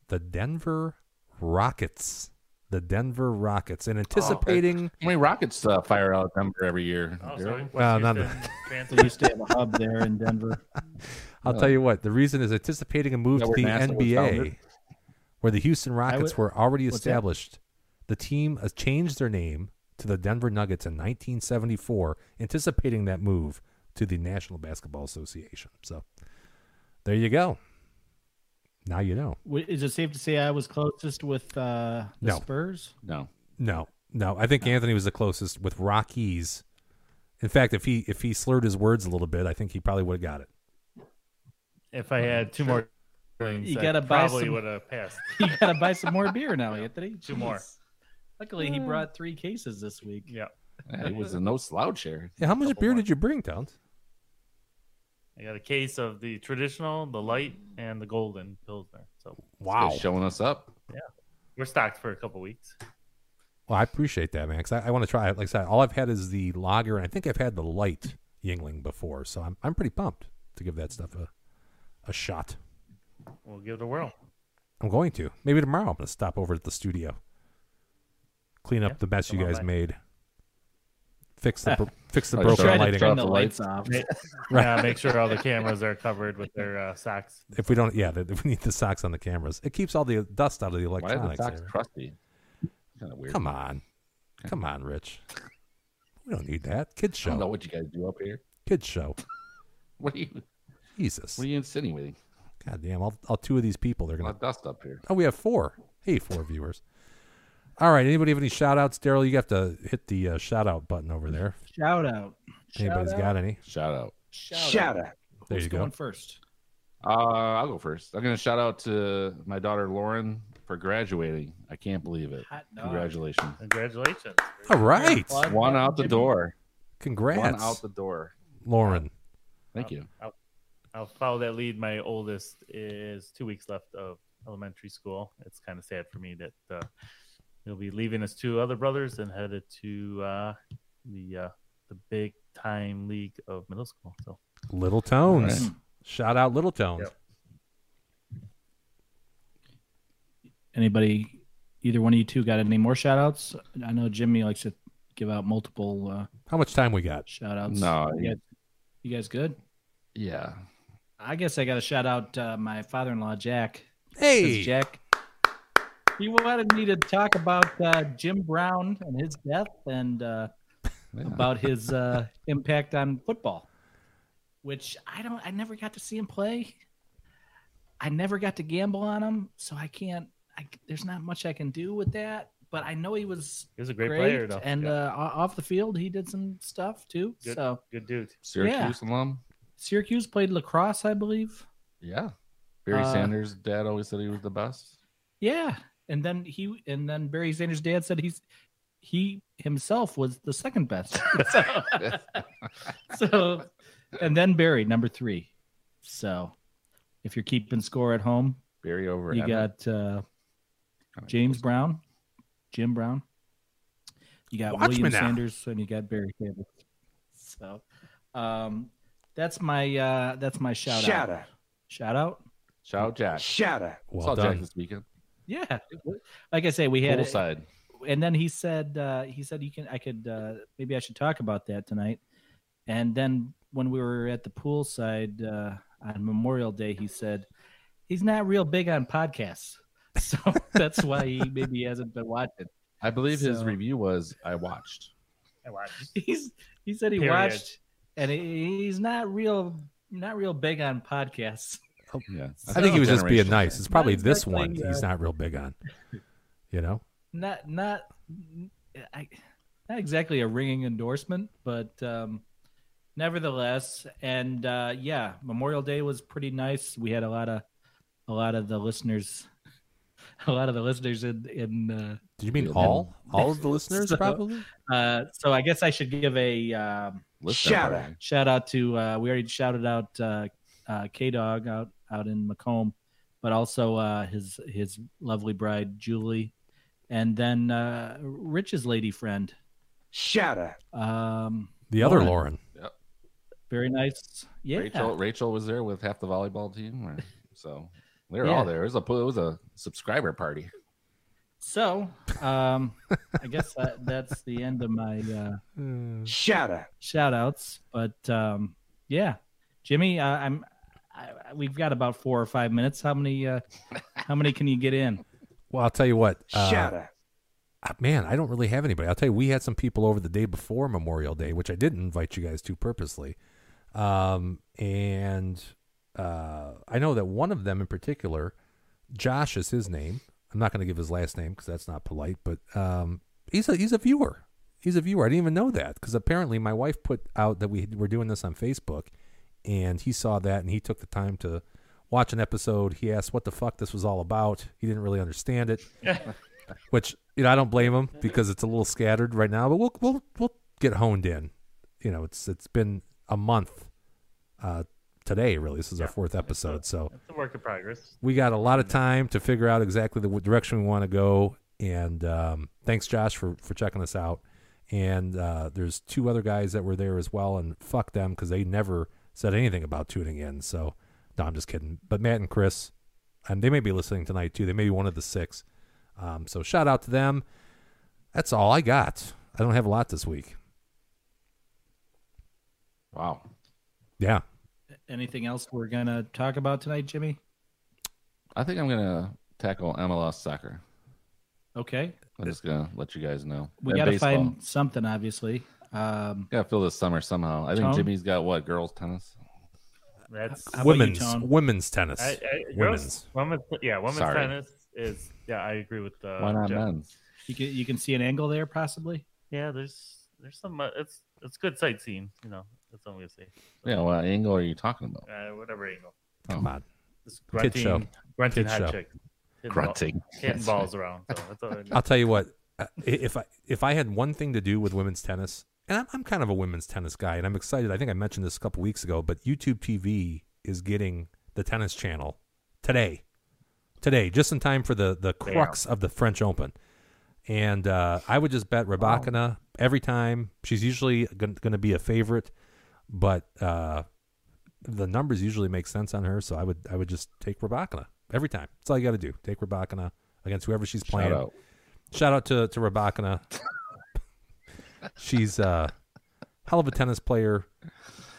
the Denver Rockets. The Denver Rockets.
Oh,
And anticipating,
How many Rockets uh, fire out Denver every year?
Oh,
Zero?
Also,
Well, not
They used to have a hub there in Denver.
I'll tell you what. The reason is anticipating a move
That
to
Uh, where
the
NASA was
NBA,
founded.
where the Houston Rockets
would-
were already
what's that?
established. The team uh, changed their name to the Denver Nuggets in 1974, anticipating that move to the National Basketball Association. So, there you go. Now you know.
W- Is it safe to say I was closest with uh, the
No.
Spurs?
No.
No, no. I think Anthony was the closest with Rockies. In fact, if he if he slurred his words a little bit, I think he probably would have got it.
if I had two more, things,
You
I
gotta buy
probably
some-
would have passed.
You gotta buy some more beer now, Anthony.
Two more.
Jeez. Luckily,
Uh.
he brought three cases this week.
Yeah,
Yeah, he was a no slouch here.
Yeah, how much
Couple
beer
more.
did you bring, Towns?
I got a case of the traditional, the light, and the golden pilsner. So
Wow.
He's showing us up.
we're stocked for a couple weeks.
Well, I appreciate that, man. Because I, I want to try it. Like I said, all I've had is the lager, and I think I've had the light Yingling before, so I'm I'm pretty pumped to give that stuff a a shot.
We'll give it a whirl.
I'm going to maybe tomorrow. I'm going to stop over at the studio, clean up
Yeah,
the mess you
come on
guys
by.
made, fix the bro- fix the
Oh,
broken
sure.
Try to
lighting.
turn
Off
the
the
lights off.
Yeah, make sure all the cameras are covered with their uh, socks.
If we don't, yeah, th- we need the socks on the cameras. It keeps all the dust out of the
Why are the
electronics.
socks
there.
crusty? Kind of weird.
Come on, come on, Rich. We don't need that. Kids
I don't know
show.
what you guys do up here.
Kids show.
What are you?
Jesus.
What are you insinuating?
God damn. All, all two of these people. They're
A
gonna
lot of dust up here.
Oh, we have four. Hey, four viewers. All right. Anybody have any shout outs? Daryl, you have to hit the uh, shout out button over there.
Shout out.
If anybody's got any.
Shout out.
Shout,
Shout out.
There
Who's
you go.
going first?
Uh, I'll go first. I'm gonna shout out to my daughter Lauren for graduating. I can't believe it.
Hot dog.
Congratulations.
Congratulations.
All right.
Plug
One
that,
out the
Jimmy.
door. One
Congrats,
out the door.
Lauren.
Thank you.
I'll follow that lead. My oldest is two weeks left of elementary school. It's kind of sad for me that uh, he'll be leaving his two other brothers and headed to uh, the uh, the big time league of middle school. So
Little Tones. Shout out, Little Tones.
Yep.
Anybody, either one of you two, got any more shout outs? I know Jimmy likes to give out multiple uh,
How much time we got?
shout outs.
No,
you guys, you guys good?
Yeah.
I guess I got to shout out uh, my father in law, Jack. 'Cause
Hey.
Jack, he wanted me to talk about uh, Jim Brown and his death and uh,
Yeah.
about his uh, impact on football, which I don't, I never got to see him play. I never got to gamble on him, so I can't. I, there's not much I can do with that. but I know he was
He was a great, player, though.
and
Yeah.
uh, o- off the field he did some stuff too.
Good.
So
good dude.
Syracuse alum.
Syracuse played lacrosse, I believe.
Yeah. Barry
Uh,
Sanders' dad always said he was the best.
Yeah, and then he and then Barry Sanders' dad said he's he himself was the second best. so, so, and then Barry number three. So, if you're keeping score at home,
Barry over.
you
Emmett.
got uh,
Kinda
James
close.
Brown, Jim Brown. You got
Watch me
William
now.
Sanders and you got Barry Sanders. So, um, that's my uh, that's my shout, out.
out.
Shout out.
Shout out Jack.
Shout out.
Well
Saw Jack
done.
this weekend.
Yeah, like I say, we had it.
Poolside.
and then he said uh, he said you can I could uh, maybe I should talk about that tonight. And then when we were at the poolside uh, on Memorial Day, he said he's not real big on podcasts, so that's why he maybe hasn't been watching.
I believe his
So-
review was I watched.
He's he said he
Period.
watched, and he, he's not real not real big on podcasts.
Yeah.
I think he was just being
generational.
nice. It's probably
Not
this one
exactly,
he's
uh,
not real big on. You know?
Not not I, not exactly a ringing endorsement, but. Um, nevertheless and uh yeah memorial day was pretty nice we had a lot of a lot of the listeners a lot of the listeners in in
Did you mean
Yeah.
all? All of the listeners,
So-
probably?
uh uh so i guess i should give a um
Listen,
Shout
buddy.
shout out to uh we already shouted out uh uh k-dog out out in macomb but also uh his his lovely bride julie and then uh rich's lady friend
Shout out.
um
The other
Lauren.
Lauren.
very nice yeah
Rachel Rachel was there with half the volleyball team. or- so they were
Yeah.
all there. It was a it was a subscriber party.
So, um, I guess that, that's the end of my uh,
Shout out.
shout outs. But um, yeah, Jimmy, uh, I'm. I, I- we've got about four or five minutes. How many? Uh, how many can you get in?
Well, I'll tell you what. uh,
Shout out.
uh, man, I don't really have anybody. I'll tell you, we had some people over the day before Memorial Day, which I didn't invite you guys to purposely. Um, and uh, I know that one of them in particular, Josh is his name. I'm not going to give his last name because that's not polite, but um, he's a he's a viewer. He's a viewer. I didn't even know that because apparently my wife put out that we were doing this on Facebook, and he saw that and he took the time to watch an episode. He asked what the fuck this was all about. He didn't really understand it which you know I don't blame him because it's a little scattered right now, but we'll we'll we'll get honed in. You know, it's it's been a month uh, today really. This is our fourth episode, so
It's a work in progress.
we got a lot of time to figure out exactly the w- direction we want to go. And um, thanks, Josh, for for checking us out. And uh, there's two other guys that were there as well, and fuck them because they never said anything about tuning in. So no, I'm just kidding. But Matt and Chris, and they may be listening tonight too. They may be one of the six. Um, so shout out to them. That's all I got. I don't have a lot this week.
Wow.
Yeah.
Anything else we're gonna talk about tonight, Jimmy?
I think I'm gonna tackle MLS soccer.
Okay,
I'm just gonna let you guys know.
we
And
gotta
baseball.
find something, obviously. Um,
gotta fill this summer somehow. I think
Tone?
Jimmy's got what girls tennis.
That's
How about you,
women's
Tone?
women's tennis.
I, I,
women's.
women's. Women's, yeah, women's
Sorry.
tennis is. Yeah, I agree with. Uh,
Why not
Jeff.
men's?
you can you can see an angle there, possibly.
Yeah, there's there's some. Uh, it's it's good sightseeing. You know, that's all I'm gonna say.
Yeah, what angle are you talking about?
Uh, whatever angle.
Come on.
This
Kid
grunting,
show.
grunting
Kid
hot
show.
chick. Hitting ball- hitting balls around. So that's all I know.
I'll tell you what. uh, i- If I if I had one thing to do with women's tennis, and I'm, I'm kind of a women's tennis guy, and I'm excited. I think I mentioned this a couple weeks ago, but YouTube TV is getting the tennis channel today, today, just in time for the the crux of the French Open. And uh, I would just bet Rabakina every time. She's usually going to be a favorite, but uh, the numbers usually make sense on her. So I would I would just take Rabakina every time. That's all you got to do. Take Rabakina against whoever she's playing.
Shout out.
Shout out to to Rabakina. She's a hell of a tennis player,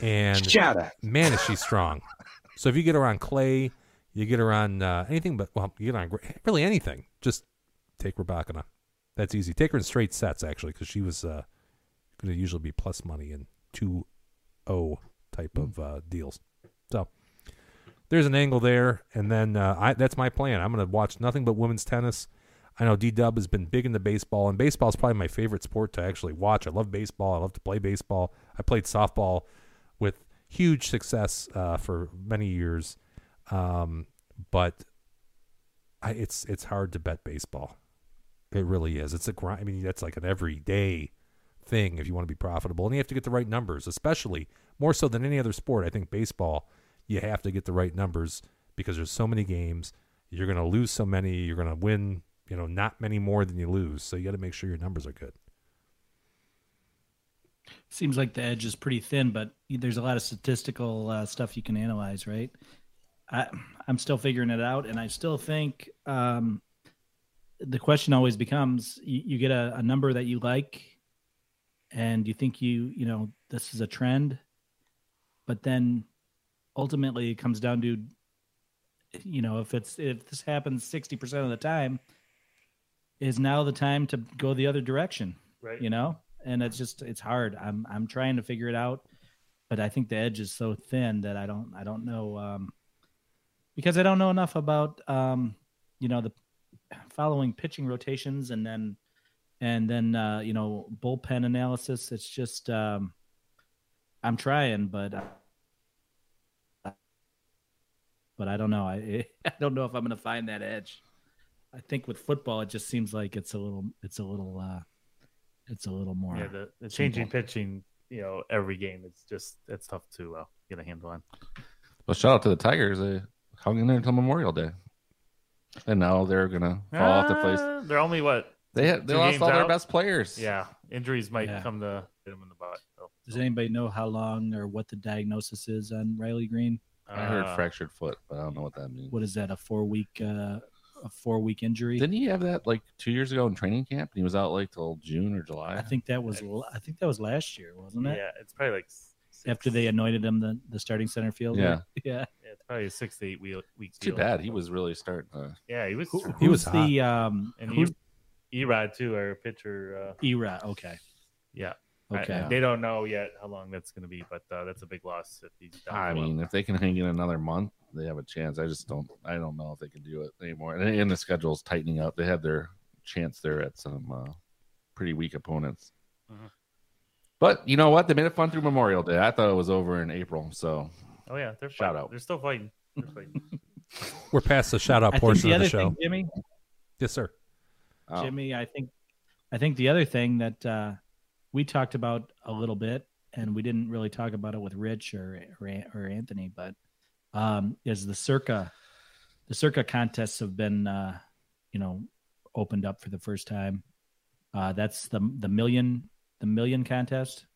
and
Shout out.
man, is she strong. So if you get her on clay, you get her on uh, anything, but well, you get her on gra- really anything. Just take Rabakina. That's easy. Take her in straight sets actually, because she was uh, going to usually be plus money in two O type of uh, deals. So there's an angle there, and then uh, I, that's my plan. I'm going to watch nothing but women's tennis. I know D Dub has been big into baseball, and baseball is probably my favorite sport to actually watch. I love baseball. I love to play baseball. I played softball with huge success uh, for many years, um, but I, it's it's hard to bet baseball. It really is. It's a grind. I mean, that's like an everyday thing if you want to be profitable, and you have to get the right numbers, especially more so than any other sport. I think baseball, you have to get the right numbers because there's so many games. You're going to lose so many. You're going to win, you know, not many more than you lose. So you got to make sure your numbers are good.
Seems like the edge is pretty thin, but there's a lot of statistical uh, stuff you can analyze, right? I, I'm still figuring it out, and I still think um, the question always becomes: you, you get a, a number that you like, and you think you you know this is a trend, but then ultimately it comes down to you know if it's if this happens sixty percent of the time, is now the time to go the other direction,
Right.
you know? And it's just it's hard. I'm I'm trying to figure it out, but I think the edge is so thin that I don't I don't know. Um, because I don't know enough about um, you know the following pitching rotations and then and then uh, you know bullpen analysis. It's just um, I'm trying, but uh, but I don't know. I I don't know if I'm going to find that edge. I think with football, it just seems like it's a little it's a little uh, it's a little more.
Yeah, the, the changing
Simple.
pitching, you know, every game, it's just it's tough to uh, get a handle on.
Well, shout out to the Tigers. They hung in there until Memorial Day, and now they're gonna fall off the place.
Uh, They're only what?
They had, they
two
lost
games
all their
out?
best players.
Yeah, injuries might
Yeah.
come to hit them in the butt. So,
Does anybody know how long or what the diagnosis is on Riley Green?
I heard
uh,
fractured foot, but I don't know what that means.
what is that a four week uh a four week injury
Didn't he have that like two years ago in training camp, and he was out like till June or July?
i think that was l- i think that was last year wasn't it
Yeah, it's probably like s- six,
after they anointed him the, the starting center fielder
Yeah.
yeah
yeah, it's probably a six to eight wheel, weeks.
It's too
deal.
bad. He was really starting. To,
Yeah, he was.
Who,
He was
who's the um
and
who's
E- Erod too, our pitcher. Uh,
era okay
yeah. I-
okay
they don't know yet how long that's going to be, but uh, that's a big loss if he's down.
I
for a
mean,
while.
if they can hang in another month, they have a chance. I just don't. I don't know if they can do it anymore. And, and the schedule's tightening up. They had their chance there at some uh, pretty weak opponents.
Mhm.
But you know what? They made it fun through Memorial Day. I thought it was over in April. So
oh yeah, they're
Shout
fighting.
out.
They're still fighting. They're fighting.
We're past the shout out
i think
portion
the
of
other
the show.
thing jimmy
Yes, sir.
oh,
jimmy i think i think the other thing that uh we talked about a little bit and we didn't really talk about it with rich or or, An- or anthony but um is the circa the circa contests have been uh you know opened up for the first time uh that's the the million the million contest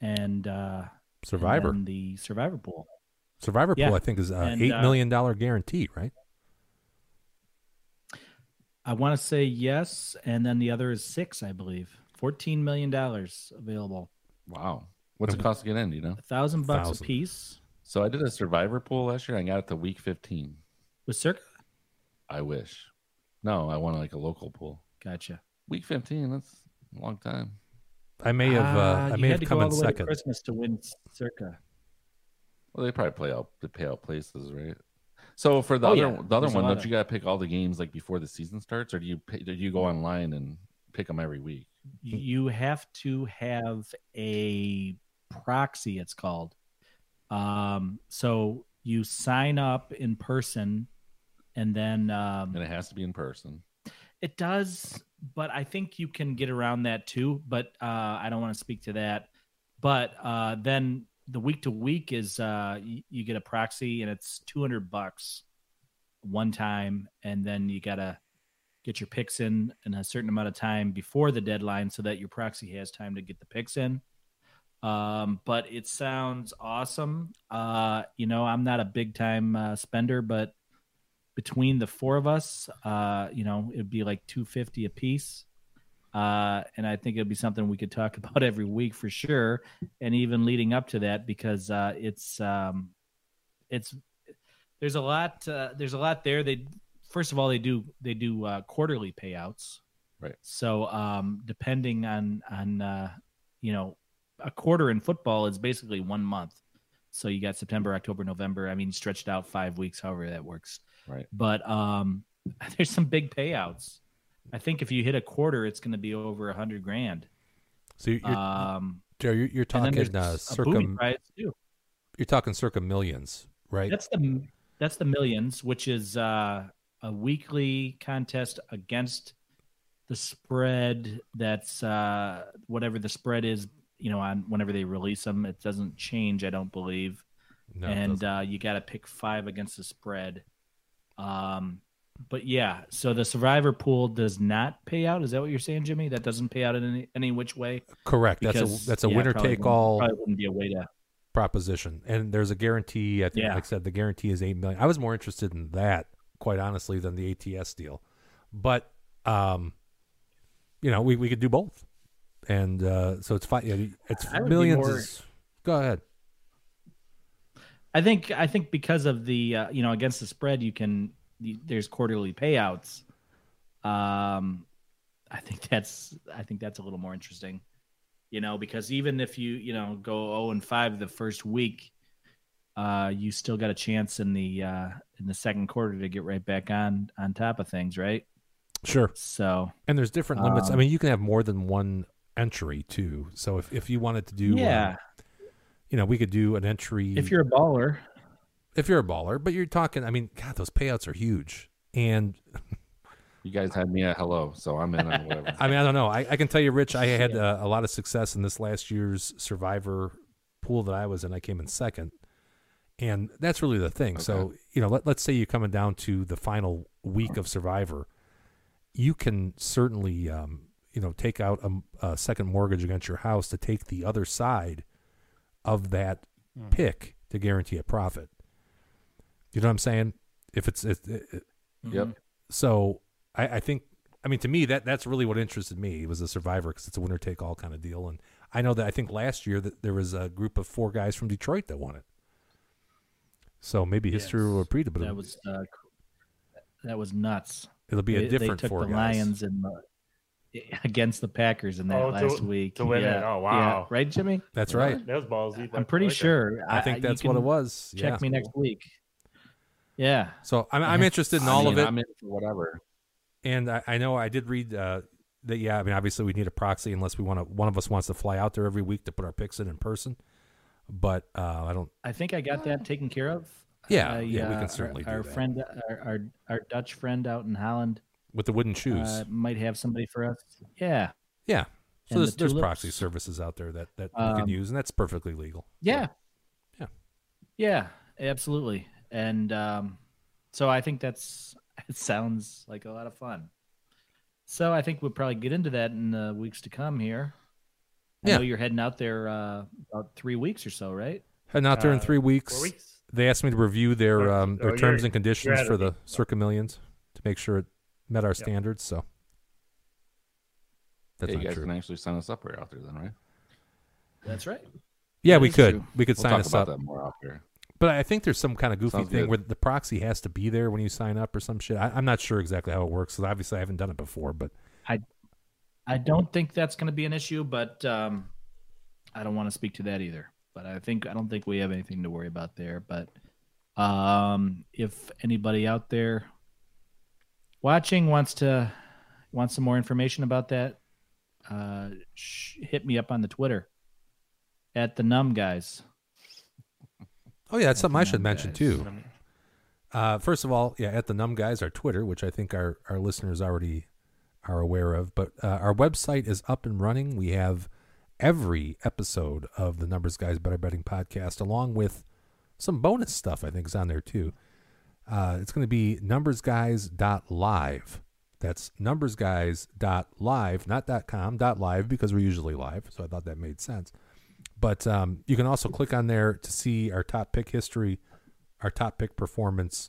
and uh and
Survivor.
then the survivor pool
Survivor
Yeah.
pool, I think, is uh,
And,
eight
uh,
million dollar guarantee, right?
i want to say yes and then the other is six i believe 14 million dollars available
wow. What's it cost to get in? Do you know?
a thousand bucks a
Thousand.
piece
So I did a survivor pool last year. and I got it to week 15.
with circa
I wish. No, I want like a local pool.
gotcha
Week 15. That's a long time.
I may have.
Ah,
Uh, I
you
may
had
have
to
come
go
in
all the way to
second.
christmas to win circa
Well, they probably play out the payout places, right? So for the
Oh,
other
yeah.
the other
There's a
one,
lot
don't
of-
you got to pick all the games like before the season starts, or do you pay, do you go online and pick them every week?
Hmm.
you have to have a proxy it's called um so you sign up in person and then um
And it has to be in person.
it does but i think you can get around that too but uh i don't want to speak to that but uh then the week to week is uh you, you get a proxy and it's 200 bucks one time and then you gotta get your picks in in a certain amount of time before the deadline so that your proxy has time to get the picks in um but it sounds awesome uh you know i'm not a big time uh, spender but between the four of us uh you know it'd be like 250 a piece uh and i think it'd be something we could talk about every week for sure and even leading up to that because uh it's um it's there's a lot uh, there's a lot there they first of all they do they do uh, quarterly payouts
Right.
so um depending on on uh you know a quarter in football is basically one month so you got september october november i mean stretched out five weeks however that works
Right.
but um there's some big payouts I think if you hit a quarter, it's going to be over a hundred grand.
So you're, you're,
Um,
Joe, you're, you're
and then
talking
there's
uh,
a
circa,
booby prize too.
you're talking circa millions, right?
That's the that's the millions, which is uh, a weekly contest against the spread. That's uh, whatever the spread is. You know, on whenever they release them, it doesn't change. I don't believe.
No, it
and
doesn't.
uh, you got to pick five against the spread. Um, but yeah, so the survivor pool does not pay out. Is that what you're saying, Jimmy? That doesn't pay out in any, any which way.
correct. that's
Because,
a that's a
yeah,
winner
probably
take
wouldn't-
all
Probably wouldn't be a way to.
proposition, and there's a guarantee. I think,
Yeah.
like I said, the guarantee is eight million. I was more interested in that, quite honestly, than the ATS deal. But um, you know, we, we could do both, and uh, so it's five. It's
I would be
millions.
more-
Is, go ahead.
I think I think because of the uh, you know against the spread, you can you- there's quarterly payouts. Um, I think that's I think that's a little more interesting. You know, because even if you you know go zero and five the first week, uh, you still got a chance in the uh, in the second quarter to get right back on on top of things, right?
Sure.
So
And there's different limits. I
Um,
mean, you can have more than one entry too. So if, if you wanted to do, uh,
yeah,
you know, we could do an entry
if you're a baller,
if you're a baller. But you're talking. I mean, God, those payouts are huge. And
You guys had me at hello, so I'm in on whatever.
I mean, I don't know. I, I can tell you, Rich, I had uh, a lot of success in this last year's Survivor pool that I was in. I came in second, and that's really the thing. So you know, let, let's say you're coming down to the final week of Survivor, you can certainly um, you know take out a, a second mortgage against your house to take the other side of that pick to guarantee a profit. You know what I'm saying? If it's it, it, Mm-hmm.
yep.
so I, I think I mean to me that that's really what interested me was the Survivor because it's a winner take all kind of deal, and I know that I think last year that there was a group of four guys from Detroit that won it. So maybe history
Yes.
will repeat it, but
that
it'll,
was uh, that was nuts.
it'll be
they,
a
they
different
took
four
the
guys.
Lions and the, against the Packers in that
Oh, to-
last week
to win it.
Yeah,
Oh, wow.
yeah. right, Jimmy?
That's right.
That was ballsy.
I'm pretty
I like that.
sure.
I think
uh, you
that's what
can
it was.
Check
yeah.
me next week. Yeah,
So I'm I'm interested in
I
all
mean,
of it.
I'm in for whatever.
And I, I know I did read uh, that. Yeah, I mean, obviously we need a proxy unless we want to. One of us wants to fly out there every week to put our picks in in person. But uh, I don't.
I think I got that taken care of.
Yeah,
I,
yeah, we
uh,
can certainly
Our,
do
our
that.
friend, our, our our Dutch friend out in Holland,
with the wooden shoes.
uh, might have somebody for us. Yeah,
Yeah. So
and
there's,
the
there's proxy
tulips.
services out there that, that you can
Um,
use, and that's perfectly legal.
Yeah.
Yeah.
Yeah, absolutely. And um, so I think that's it sounds like a lot of fun. So I think we'll probably get into that in the weeks to come here. I
Yeah.
know you're heading out there uh, about three weeks or so, right?
Heading out there in
Uh,
three weeks.
Four weeks.
They asked me to review their
Or-
um, their
or
terms
you're-
and conditions
out of
for
the-
the Circa Millions to make sure it met our standards. So that's
Hey,
not
you guys
true.
can actually sign us up right after then, right?
That's right.
yeah, we
is
could
true.
we could
We'll
sign
talk
us
about
up,
that more after.
but I think there's some kind of goofy
Sounds
thing
good.
where the proxy has to be there when you sign up or some shit. I, I'm not sure exactly how it works because obviously I haven't done it before, but
I don't think that's going to be an issue, but um, I don't want to speak to that either. But I think I don't think we have anything to worry about there. But um, if anybody out there watching wants to wants some more information about that, uh, sh- hit me up on the Twitter at the Numb Guys.
oh yeah, that's something I
Numb
should mention
guys.
too. Uh, first of all, yeah, at the Numb Guys, our Twitter, which I think our, our listeners already are aware of, but uh, our website is up and running. We have every episode of the Numbers Guys Better Betting podcast, along with some bonus stuff, I think, is on there too. Uh, it's going to be numbersguys.live. That's numbersguys.live, not dot .com, dot .live, because we're usually live, so I thought that made sense. But um, you can also click on there to see our top pick history, our top pick performance.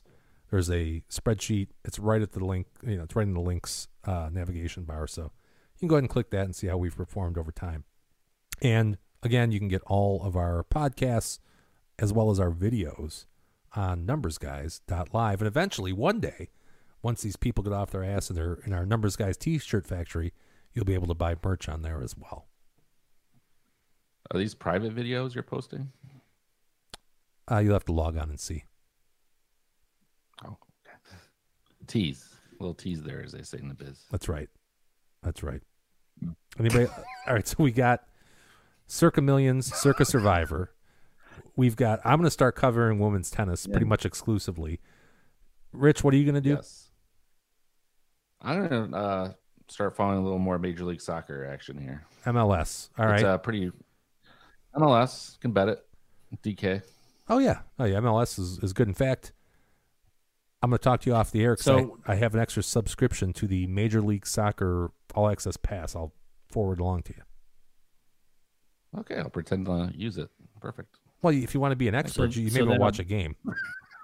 There's a spreadsheet. It's right at the link. You know, it's right in the links uh, navigation bar. So you can go ahead and click that and see how we've performed over time. And again, you can get all of our podcasts as well as our videos on numbersguys.live. And eventually, one day, once these people get off their ass and they're in our Numbers Guys T-shirt factory, you'll be able to buy merch on there as well.
Are these private videos you're posting?
Uh, you'll have to log on and see.
Oh, okay. Tease. little tease there, as they say in the biz.
That's right. That's right. Anybody? all right. So we got Circa Millions, Circa Survivor. We've got. I'm going to start covering women's tennis pretty much exclusively. Rich, what are you going to do?
Yes. I'm gonna uh, start following a little more Major League Soccer action here.
MLS. All right.
It's uh, pretty MLS. Can bet it. DK.
oh yeah. Oh yeah. MLS is, is good. In fact, I'm going to talk to you off the air because
So-
I, I have an extra subscription to the Major League Soccer All Access Pass. I'll forward along to you.
Okay, I'll pretend to use it. Perfect.
Well, if you want to be an expert,
So-
you, you
so
maybe
then-
watch a game.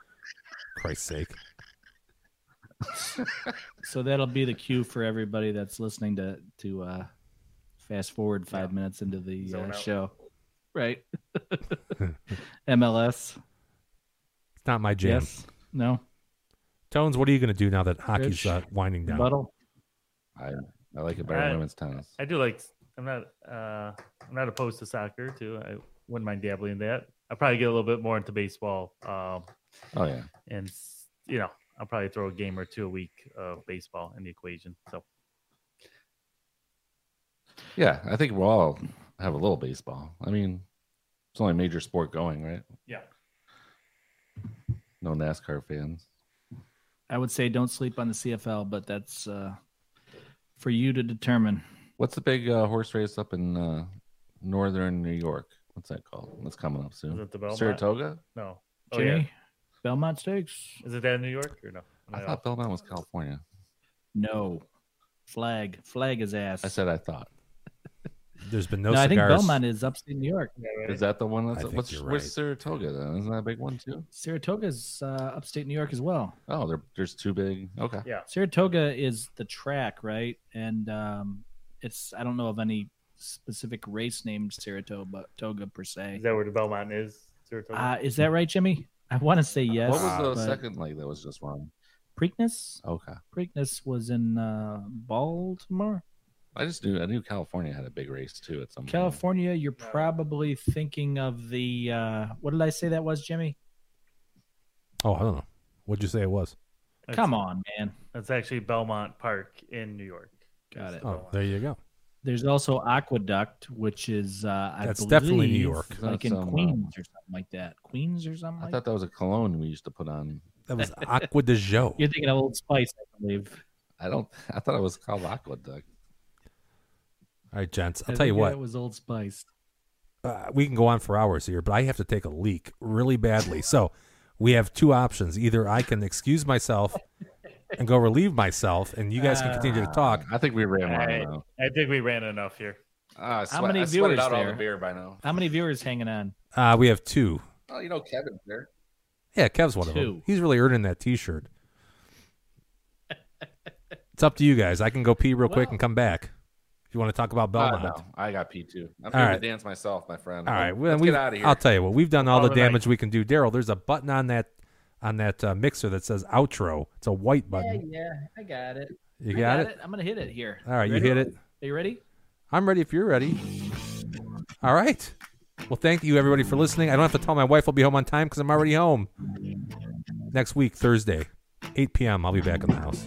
Christ's sake.
So that'll be the cue for everybody that's listening to to uh, fast forward five minutes into the
Zone
uh,
out.
show, right? MLS.
It's not my jam.
Yes. No.
Tones, what are you going to do now that hockey's
Rich?
uh, winding down?
Rebuttal.
I I like it better
I-
than women's tennis.
I do like. I'm not. Uh, I'm not opposed to soccer too. I wouldn't mind dabbling in that. I'll probably get a little bit more into baseball. Um,
oh yeah.
and s- you know, I'll probably throw a game or two a week of baseball in the equation. So
Yeah, I think we'll all have a little baseball. I mean, it's only major sport going, right?
yeah,
No NASCAR fans.
I would say don't sleep on the CFL, but that's uh, for you to determine.
What's the big uh, horse race up in uh, northern New York? What's that called? That's coming up
is
soon.
it the Belmont?
Saratoga?
No. Oh
Jimmy,
yeah.
Belmont Stakes.
Is it that in New York or no?
I
No.
thought Belmont was California.
No. Flag. Flag is ass.
I said I thought.
There's been no,
no, I think
cigars.
Belmont is upstate New York.
Yeah, right.
Is that the one
I
that's
think
what's
you're
where's
right.
Saratoga then? Isn't that a big one too?
Saratoga's uh, upstate New York as well.
Oh, there, there's two big. Okay.
Yeah.
Saratoga is the track, right? And um, it's I don't know of any specific race named Saratoga Toga per se.
Is that where the Belmont is? Saratoga?
Uh, is that right, Jimmy? I want to say yes.
What was the
but
second leg that was just wrong?
Preakness?
Okay.
Preakness was in uh, Baltimore.
I just knew I knew California had a big race too at some point.
California, you're
Yeah.
probably thinking of the uh, what did I say that was, Jimmy?
Oh, I don't know. What'd you say it was?
That's-
Come on, man.
That's actually Belmont Park in New York.
Got
It's
it.
the
Oh,
Belmont.
there you go.
There's also Aqueduct, which is uh, I
That's
believe,
definitely New York.
like in
That's, um,
Queens or something like that. Queens or something.
I
like
thought that was a cologne we used to put on.
That was Aqua de Jo.
You're thinking of Old Spice, I believe.
I don't. I thought it was called Aqueduct.
All right, gents.
I
I'll tell you
think
what.
It was Old Spice.
uh, we can go on for hours here, but I have to take a leak really badly. So we have two options. Either I can excuse myself and go relieve myself, and you guys can continue to talk.
I think we ran
All
out
right.
now.
I think we ran enough here.
Ah, I
How
sweat-
many
I sweated
viewers
out all the
there?
beer by now.
How many viewers hanging on?
Uh, we have two.
Oh, you know Kevin's there.
Yeah, Kev's one of them.
Two.
He's really earning that T-shirt. it's up to you guys. I can go pee real quick and come back. If you want to talk about
Ah,
Belmont.
no, I got P two. I'm
All
here
right.
to dance myself, my friend.
All right, well,
let's
we
get out of here.
I'll tell you what. We've done all
Call
the
it a
damage we can do, Daryl. There's a button on that on that uh, mixer that says outro. It's a white button.
yeah, I got it.
You got, it?
I'm gonna hit it here.
All right, you hit it.
Are you ready?
I'm ready if you're ready. All right. Well, thank you everybody for listening. I don't have to tell my wife I'll be home on time because I'm already home. Next week, Thursday, 8 p.m. I'll be back in the house.